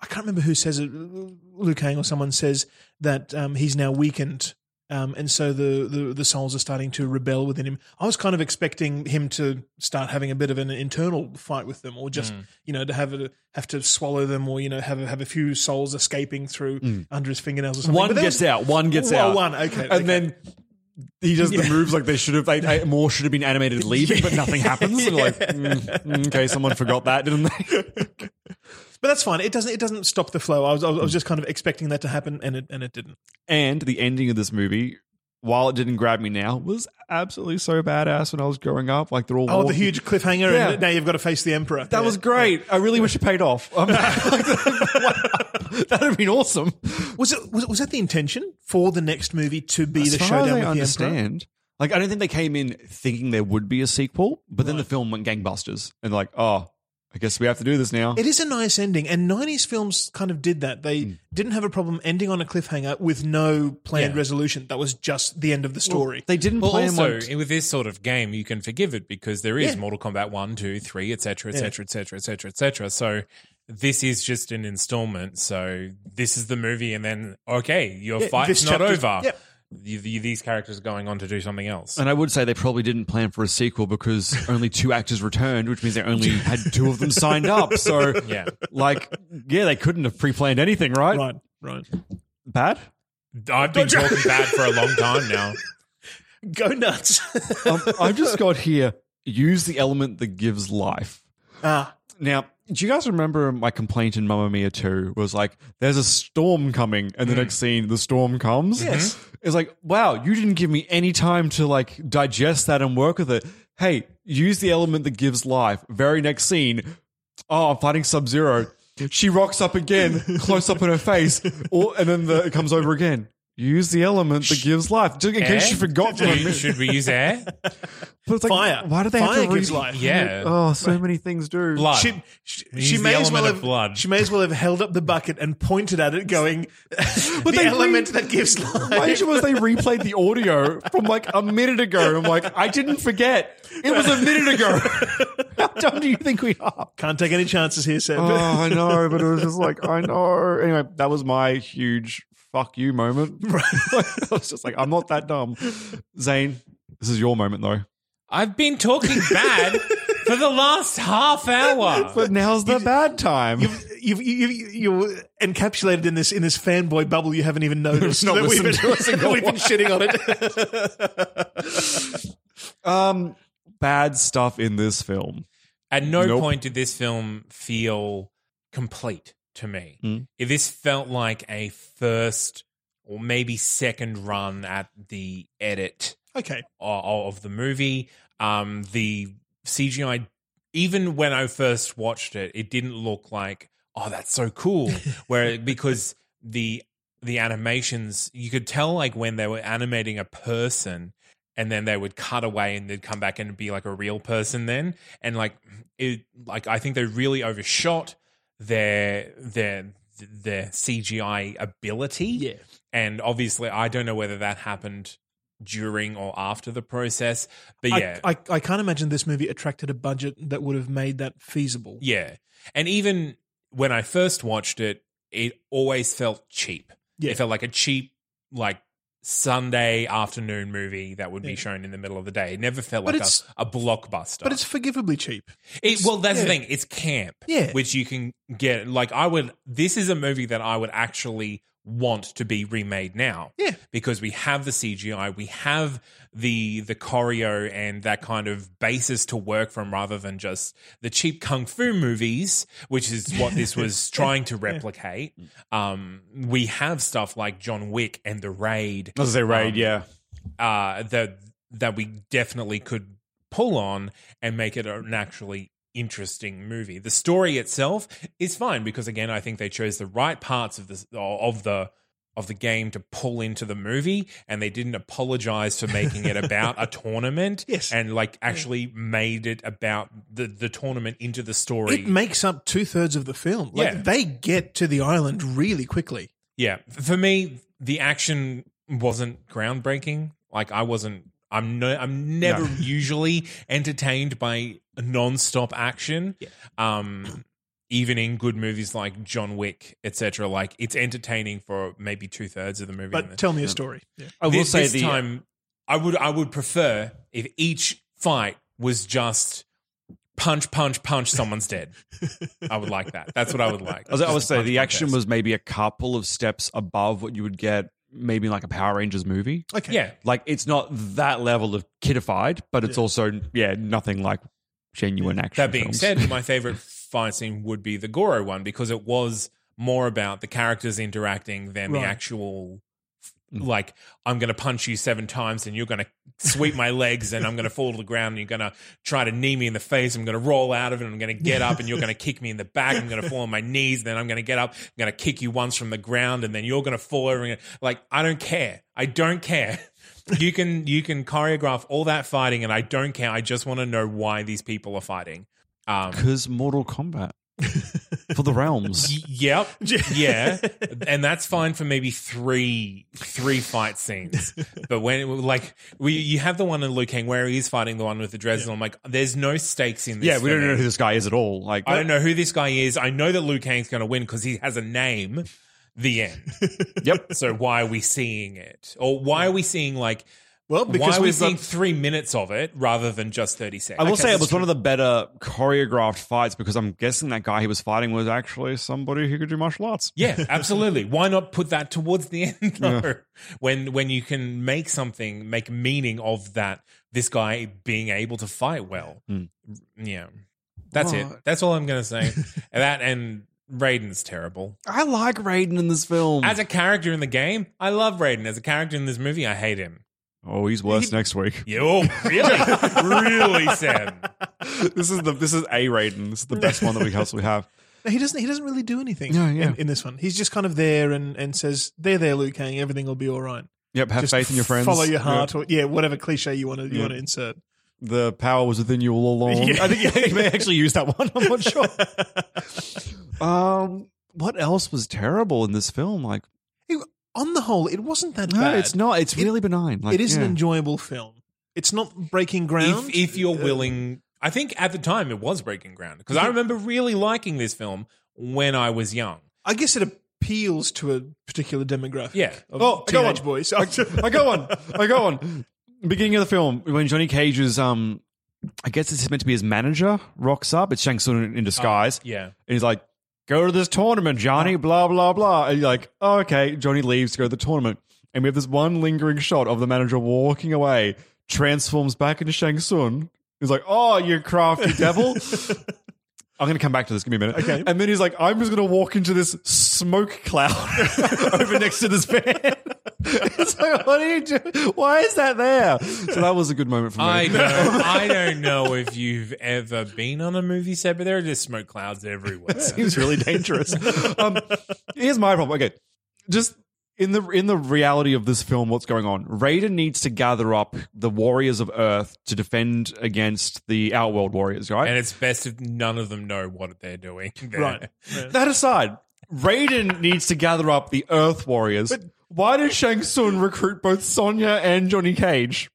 I can't remember who says it, Liu Kang or someone says that um, he's now weakened. Um, and so the, the the souls are starting to rebel within him. I was kind of expecting him to start having a bit of an internal fight with them, or Mm. just you know to have a, have to swallow them, or you know have a, have a few souls escaping through under his fingernails or something. Mm. One But that gets out, one gets Well, out. One, okay, and okay. then he does the moves like they should have. Like, uh, more should have been animated leaving, but nothing happens. And like, mm, mm, okay, someone forgot that, didn't they? But that's fine. It doesn't. It doesn't stop the flow. I was. I was I Hmm. was just kind of expecting that to happen, and it and it didn't. and the ending of this movie, while it didn't grab me now, was absolutely so badass when I was growing up. Like they're all Oh, the walking- huge cliffhanger, Yeah. and now you've got to face the emperor. That was great. I really wish it paid off. Um, that'd have been awesome. Was it? Was, was that the intention for the next movie to be As the far as I showdown with the emperor? understand. Like I don't think they came in thinking there would be a sequel, but then the film went gangbusters, and like, oh, I guess we have to do this now. It is a nice ending, and '90s films kind of did that. Hmm. They didn't have a problem ending on a cliffhanger with no planned Yeah. resolution. That was just the end of the story. They didn't Well, plan also, like- with this sort of game, you can forgive it because there is Yeah. Mortal Kombat 1, 2, 3, etc., etc., etc., etc., etc. So this is just an installment. So this is the movie, and then, okay, your Yeah, fight's this not chapter's- over. yeah. You, you- these characters are going on to do something else. And I would say they probably didn't plan for a sequel because only two actors returned, which means they only had two of them signed up. So, Yeah. like, yeah, they couldn't have pre-planned anything, right? right. Right. Bad. I've been talking bad for a long time now. Go nuts. Um, I've just got here. Use the element that gives life. ah. Now, do you guys remember my complaint in Mamma Mia 2 was like, there's a storm coming, and the next scene, the storm comes? Yes. It's like, wow, you didn't give me any time to like digest that and work with it. Hey, use the element that gives life. Very next scene, oh, I'm fighting Sub Zero. She rocks up again, close up in her face, or, and then the, it comes over again. Use the element that gives life. Just in case Air? you forgot for a Should we- minute. should we use air? But it's like, Fire. Why do they Fire have to gives re- life. Yeah. Oh, so many things do. Blood. She, she, Use she the may as element well of have blood. she may as well have held up the bucket and pointed at it, going, "But they the element re- that gives life." My issue was they replayed the audio from like a minute ago. I'm like, I didn't forget. It was a minute ago. How dumb do you think we are? Can't take any chances here, Seb. Oh, I know, but it was just like, I know. Anyway, that was my huge fuck you moment. I was just like, I'm not that dumb. Zane, this is your moment though. I've been talking bad for the last half hour. But now's the bad time. You've, you, you, you're encapsulated in this in this fanboy bubble you haven't even noticed. Not that we've been, listened to a single we've been shitting on it. Um, bad stuff in this film. At no Nope. point did this film feel complete to me. Mm. If This felt like a first or maybe second run at the edit okay, o- uh, of the movie. Um, the CGI, even when I first watched it, it didn't look like, oh, that's so cool. Where because the the animations, you could tell like when they were animating a person, and then they would cut away and they'd come back and be like a real person then, and like it, like I think they really overshot their their their CGI ability. Yeah. And obviously, I don't know whether that happened during or after the process, but yeah. I, I, I can't imagine this movie attracted a budget that would have made that feasible. Yeah. And even when I first watched it, it always felt cheap. Yeah. It felt like a cheap, like Sunday afternoon movie that would be Yeah. shown in the middle of the day. It never felt But like it's- a, a blockbuster. But it's forgivably cheap. It, well, that's the yeah. thing. It's camp, Yeah. which you can get. Like, I would. This is a movie that I would actually want to be remade now, Yeah. because we have the CGI, we have the the choreo and that kind of basis to work from, rather than just the cheap kung fu movies, which is what this was trying to replicate. Um, we have stuff like John Wick and The Raid, Let's say raid, Um, yeah. uh, that that we definitely could pull on and make it an actually interesting movie. The story itself is fine because again, I think they chose the right parts of the of the of the game to pull into the movie, and they didn't apologize for making it about a tournament. Yes. and like actually made it about the the tournament into the story. It makes up two thirds of the film. Like Yeah. they get to the island really quickly. Yeah. F- For me, the action wasn't groundbreaking. Like I wasn't I'm no I'm never No. usually entertained by non-stop action. Yeah. Um even in good movies like John Wick, etc. Like it's entertaining for maybe two thirds of the movie. But And tell me a story. Yeah. I will this, say this the time I would I would prefer if each fight was just punch, punch, punch, someone's dead. I would like that. That's what I would like. I was, I Just would a say punch, the punch, action punch. was maybe a couple of steps above what you would get maybe in like a Power Rangers movie. Okay. yeah. Like it's not that level of kidified, but it's Yeah. also yeah nothing like genuine action. That being films. said, my favorite fight scene would be the Goro one because it was more about the characters interacting than the Right. actual. Mm. Like I'm going to punch you seven times, and you're going to sweep my legs, and I'm going to fall to the ground, and you're going to try to knee me in the face. I'm going to roll out of it, and I'm going to get up, and you're going to kick me in the back. I'm going to fall on my knees, and then I'm going to get up. I'm going to kick you once from the ground, and then you're going to fall over. And like I don't care. I don't care. You can you can choreograph all that fighting, and I don't care. I just want to know why these people are fighting. Um, because Mortal Kombat for the realms. y- yep, yeah, and that's fine for maybe three three fight scenes. But when it, like we, you have the one in Liu Kang where he's fighting the one with the dreads, and I'm like, there's no stakes in this. yeah, we for don't me. know who this guy is at all. Like I don't know who this guy is. I know that Liu Kang's going to win because he has a name. The end. Yep. So why are we seeing it, or why are we seeing like? Well, why because are we we've seeing got three minutes of it rather than just thirty I seconds? will Okay, say it that's was one of the better choreographed fights because I'm guessing that guy he was fighting was actually somebody who could do martial arts. Yeah, absolutely. Why not put that towards the end though? When when you can make something make meaning of that this guy being able to fight well. Mm. Yeah. That's it. Right. That's all I'm gonna say. And that and Raiden's terrible. I like Raiden in this film. As a character in the game, I love Raiden. As a character in this movie, I hate him. oh, he's worse next week. Yeah, oh, really? really, Sam. this is the this is a Raiden. This is the best one that we possibly have. he doesn't he doesn't really do anything No, yeah. in, in this one. He's just kind of there and, and says, They're there, Liu Kang, everything will be all right. Yep, have Just faith in your friends. Follow your Yeah. heart or yeah, whatever cliche you want to you Yeah. want to insert. The power was within you all along. Yeah. I think you may actually use that one. I'm not sure. um, what else was terrible in this film? Like, On the whole, it wasn't that no, bad. it's not. It's It- really benign. Like, it is yeah. an enjoyable film. It's not breaking ground. If if you're Uh, willing I think at the time it was breaking ground. Because I remember really liking this film when I was young. I guess it appeals to a particular demographic. Yeah. Of Oh, go teenage on. boys. I go on. I go on. Beginning of the film, when Johnny Cage is, um, I guess it's meant to be his manager, rocks up. It's Shang Tsung in disguise. Yeah. And he's like, go to this tournament, Johnny, blah, blah, blah. And you're like, oh, okay. Johnny leaves to go to the tournament. And we have this one lingering shot of the manager walking away, transforms back into Shang Tsung. He's like, oh, you crafty devil. I'm going to come back to this. Give me a minute. Okay. And then he's like, I'm just going to walk into this smoke cloud over next to this van. it's like, what are you doing? Why is that there? So that was a good moment for me. I don't, I don't know if you've ever been on a movie set, but there are just smoke clouds everywhere. seems really dangerous. um, here's my problem. Okay, just in the in the reality of this film, what's going on? Raiden needs to gather up the warriors of Earth to defend against the Outworld warriors. Right. And it's best if none of them know what they're doing. Right. that aside, Raiden needs to gather up the Earth Warriors. why did Shang Tsung recruit both Sonya and Johnny Cage?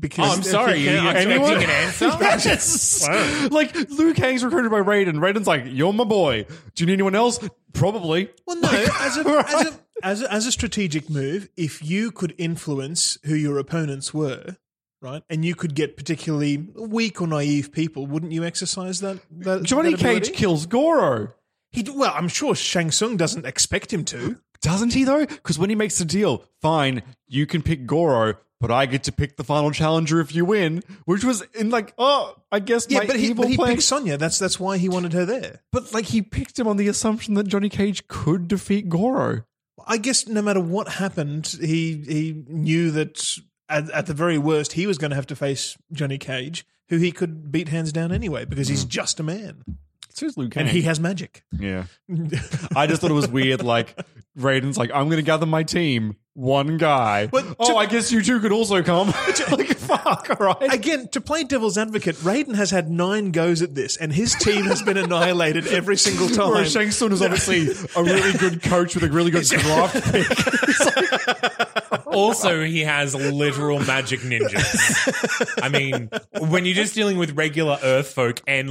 Because Oh, I'm sorry. Yeah, You're expecting Anyone? an answer? Yes. Like Liu Kang's recruited by Raiden. Raiden's like, "You're my boy. Do you need anyone else? Probably." Well, no, as a, as, a, as, a, as a strategic move, if you could influence who your opponents were, right, and you could get particularly weak or naive people, wouldn't you exercise that? that Johnny that Cage ability? kills Goro. He, d- well, I'm sure Shang Tsung doesn't expect him to. Doesn't he though? Because when he makes the deal, fine, you can pick Goro, but I get to pick the final challenger if you win, which was in like, oh, I guess Yeah, my but he, evil but he plan- picked Sonya. That's that's why he wanted her there. but like he picked him on the assumption that Johnny Cage could defeat Goro. I guess no matter what happened, he he knew that at, at the very worst he was going to have to face Johnny Cage, who he could beat hands down anyway because Hmm. he's just a man So is Liu Kang. and he has magic. yeah. I just thought it was weird. Like Raiden's like, I'm going to gather my team, one guy. But oh, to- I guess you two could also come. like fuck, all right. Again, to play devil's advocate, Raiden has had nine goes at this, and his team has been annihilated every single time. Whereas Shang Tsung is obviously a really good coach with a really good draft pick. Also, he has literal magic ninjas. I mean, when you're just dealing with regular Earth folk and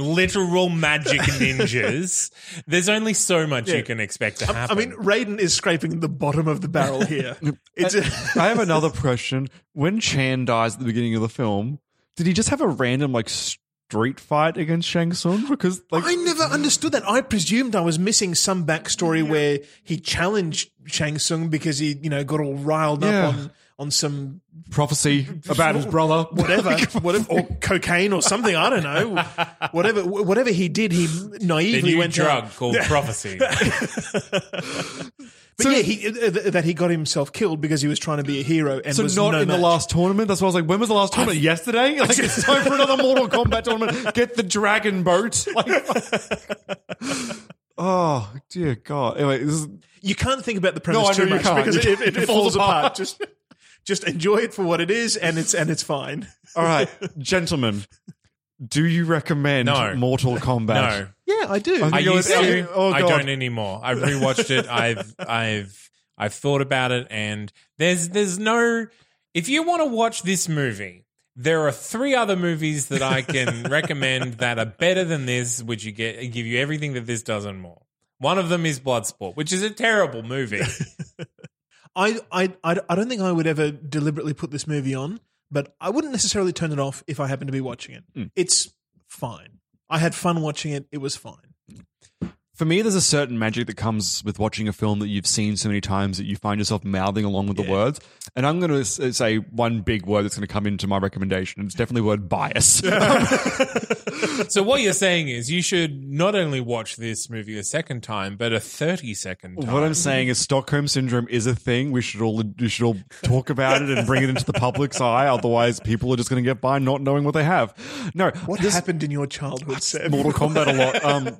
literal magic ninjas, there's only so much you can expect to I happen. mean, Raiden is scraping the bottom of the barrel here. It's a- I have another question. When Chan dies at the beginning of the film, did he just have a random like street fight against Shang Tsung? Because like I never understood that. I presumed I was missing some backstory where he challenged Shang Tsung because he, you know, got all riled Yeah. up on on some prophecy about his brother, whatever, whatever, or cocaine or something. I don't know. Whatever, whatever he did, he the naively new went down. drug called prophecy. But yeah, he, uh, th- that he got himself killed because he was trying to be a hero and So was not no in the match. last tournament. That's why I was like, when was the last tournament? Yesterday? Like it's time for another Mortal Kombat tournament. Get the dragon boat. Like, oh dear God. Anyway, this is You can't think about the premise No, I too know you much can't. because it, it, it falls apart. apart. Just, just enjoy it for what it is, and it's and it's fine. all right, gentlemen. Do you recommend No. Mortal Kombat? No. Yeah, I do. I You go with used to. Elliot? Oh, I God. don't anymore. I've rewatched it. I've I've I've thought about it, and there's there's no. If you want to watch this movie, there are three other movies that I can recommend that are better than this, which you get give you everything that this does and more. One of them is Bloodsport, which is a terrible movie. I, I, I, I don't think I would ever deliberately put this movie on, but I wouldn't necessarily turn it off if I happened to be watching it. Hmm. It's fine. I had fun watching it. It was fine. For me, there's a certain magic that comes with watching a film that you've seen so many times that you find yourself mouthing along with the words. And I'm going to say one big word that's going to come into my recommendation. It's definitely the word bias. so what you're saying is you should not only watch this movie a second time, but a thirty second time. what I'm saying is Stockholm syndrome is a thing. We should all we should all talk about it and bring it into the public's eye. Otherwise, people are just going to get by not knowing what they have. No, What happened in your childhood, Seb? Mortal Kombat a lot. Um,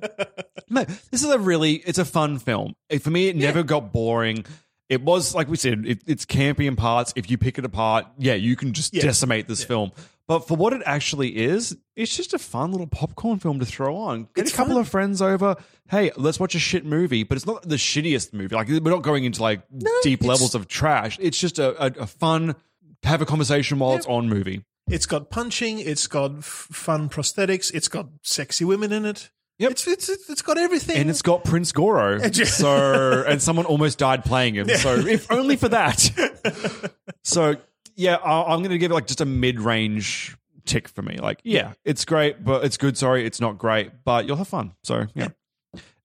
no, this is a really it's a fun film. It- for me, it never got boring. It was like we said, it, it's campy in parts. If you pick it apart, yeah, you can just Yeah. decimate this film. But for what it actually is, it's just a fun little popcorn film to throw on. Get It's a couple fun. of friends over. Hey, let's watch a shit movie, but it's not the shittiest movie. Like we're not going into like deep levels of trash. It's just a, a, a fun have a conversation while it's on movie. It's got punching. It's got f- fun prosthetics. It's got sexy women in it. Yep. It's, it's, it's it's got everything. and it's got Prince Goro. just- so and someone almost died playing him. So if only for that. So yeah, I, I'm going to give it like just a mid-range tick for me. Like yeah, it's great, but it's good. Sorry, it's not great, but you'll have fun. So yeah.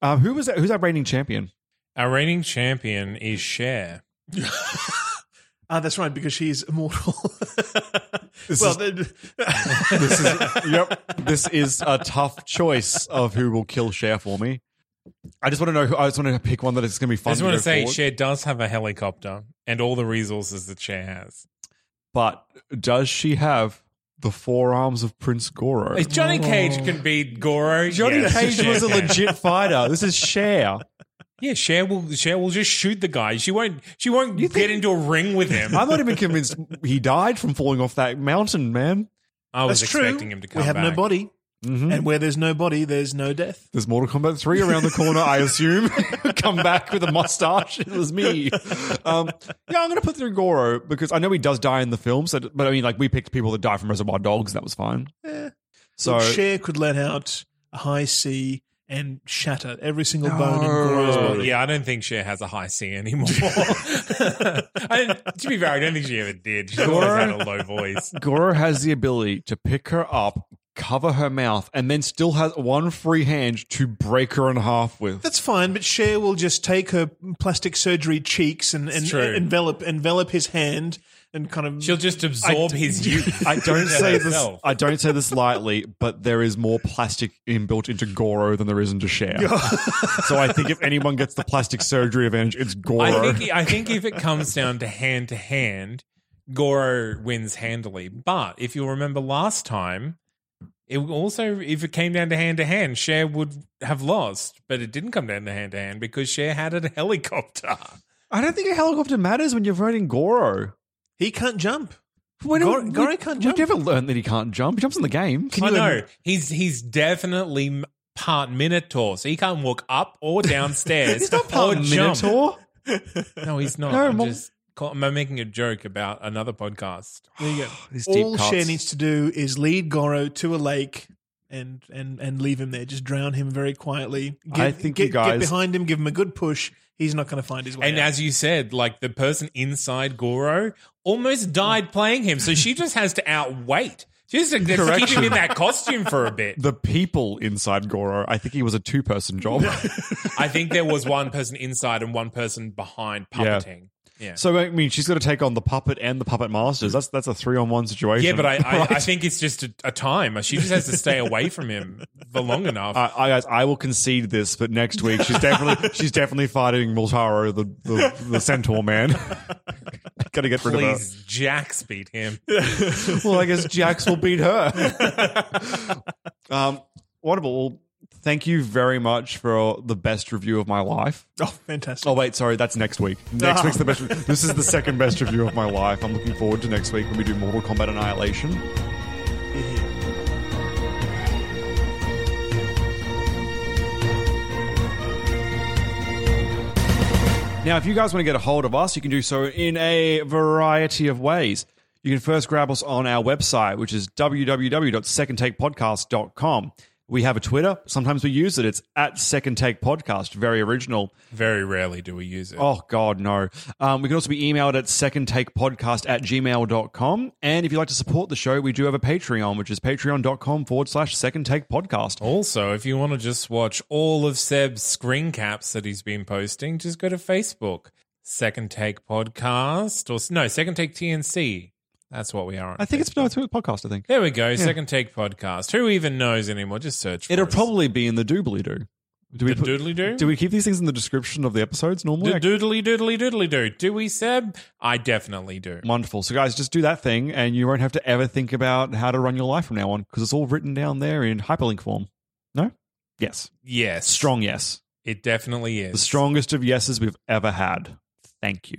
Um, who was that? Who's our reigning champion? Our reigning champion is Cher. ah, that's right, because she's immortal. well, the- This is yep. This is a tough choice of who will kill Cher for me. I just want to know. Who, I just want to pick one that is going to be fun. I just want to to go say, forward. Cher does have a helicopter and all the resources that Cher has. But does she have the forearms of Prince Goro? If Johnny Cage can beat Goro, Oh. Johnny yes, Cage Cher was a can. legit fighter. This is Cher. Yeah, Cher will. Cher will just shoot the guy. She won't. She won't get think- into a ring with him. I'm not even convinced he died from falling off that mountain, man. I was that's true. expecting him to come we have no back. body. Mm-hmm. And where there's no body, there's no death. There's Mortal Kombat 3 around the corner, I assume. Come back with a mustache. It was me. Um, yeah, I'm going to put through Goro because I know he does die in the film. So, but I mean, like, we picked people that die from Reservoir Dogs. That was fine. So, Cher could let out a high C and shatter every single bone in Goro's No. body. Uh, Yeah, I don't think she has a high C anymore. I don't- to be fair, I don't think she ever did. She always had a low voice. Goro has the ability to pick her up, cover her mouth, and then still has one free hand to break her in half with. That's fine, but Cher will just take her plastic surgery cheeks and, and true. envelop envelop his hand and kind of She'll just absorb I- his youth. I don't say this. herself. I don't say this lightly, but there is more plastic inbuilt into Goro than there is into Cher. so I think if anyone gets the plastic surgery advantage, it's Goro. I think I think if it comes down to hand to hand, Goro wins handily. But if you'll remember last time, it also if it came down to hand to hand, Cher would have lost. But it didn't come down to hand to hand because Cher had a helicopter. I don't think a helicopter matters when you're voting Goro. he can't jump. When Goro- Goro can't jump. We never learned that he can't jump. He jumps in the game. I know Oh, he's he's definitely m- part Minotaur, so he can't walk up or downstairs. he's not Or or jump. Minotaur? No, he's not. No, I'm Mon- just ca- I'm making a joke about another podcast. There you go. These deep All cuts. Cher needs to do is lead Goro to a lake and and and leave him there. Just drown him very quietly. Get, I think get, you guys- get behind him, give him a good push. He's not going to find his way. And out. as you said, like the person inside Goro almost died playing him, so she just has to outwait. She just has to keep him in that costume for a bit. The people inside Goro. I think he was a two-person job. I think there was one person inside and one person behind Yeah. puppeting. Yeah. so I mean, she's got to take on the puppet and the puppet masters. That's that's a three-on-one situation. yeah, but I, I, I think it's just a, a time. She just has to stay away from him for long enough. I, I, guys, I will concede this, but next week she's definitely she's definitely fighting Multaro, the the, the centaur man. Got to get rid Please, Jax beat him. of her. Well, I guess Jax will beat her. um, Audible, well, thank you very much for the best review of my life. oh, fantastic. Oh wait, sorry, that's next week. Next week's the best. This is the second best review of my life. I'm looking forward to next week when we do Mortal Kombat Annihilation. Now, if you guys want to get a hold of us, you can do so in a variety of ways. You can first grab us on our website, which is www.secondtakepodcast.com. We have a Twitter. Sometimes we use it. It's at Second Take Podcast. Very original. Very rarely do we use it. Oh, God, no. Um, we can also be emailed at secondtakepodcast at gmail.com. And if you'd like to support the show, we do have a Patreon, which is patreon.com forward slash Second Take Podcast. Also, if you want to just watch all of Seb's screen caps that he's been posting, just go to Facebook, Second Take Podcast, or no, Second Take TNC. That's what we are. On I think it's, Facebook. no, it's a podcast, I think. There we go, Second Take Podcast. Who even knows anymore? Just search. For It'll us. probably be in the doobly doo. Do we The doodly-doo? Do we keep these things in the description of the episodes normally? Do- doodly doodly doodly do. Do we, Seb? I definitely do. Wonderful. So, guys, just do that thing, and you won't have to ever think about how to run your life from now on because it's all written down there in hyperlink form. No? Yes. Yes, Strong yes. It definitely is The strongest of yeses we've ever had. Thank you.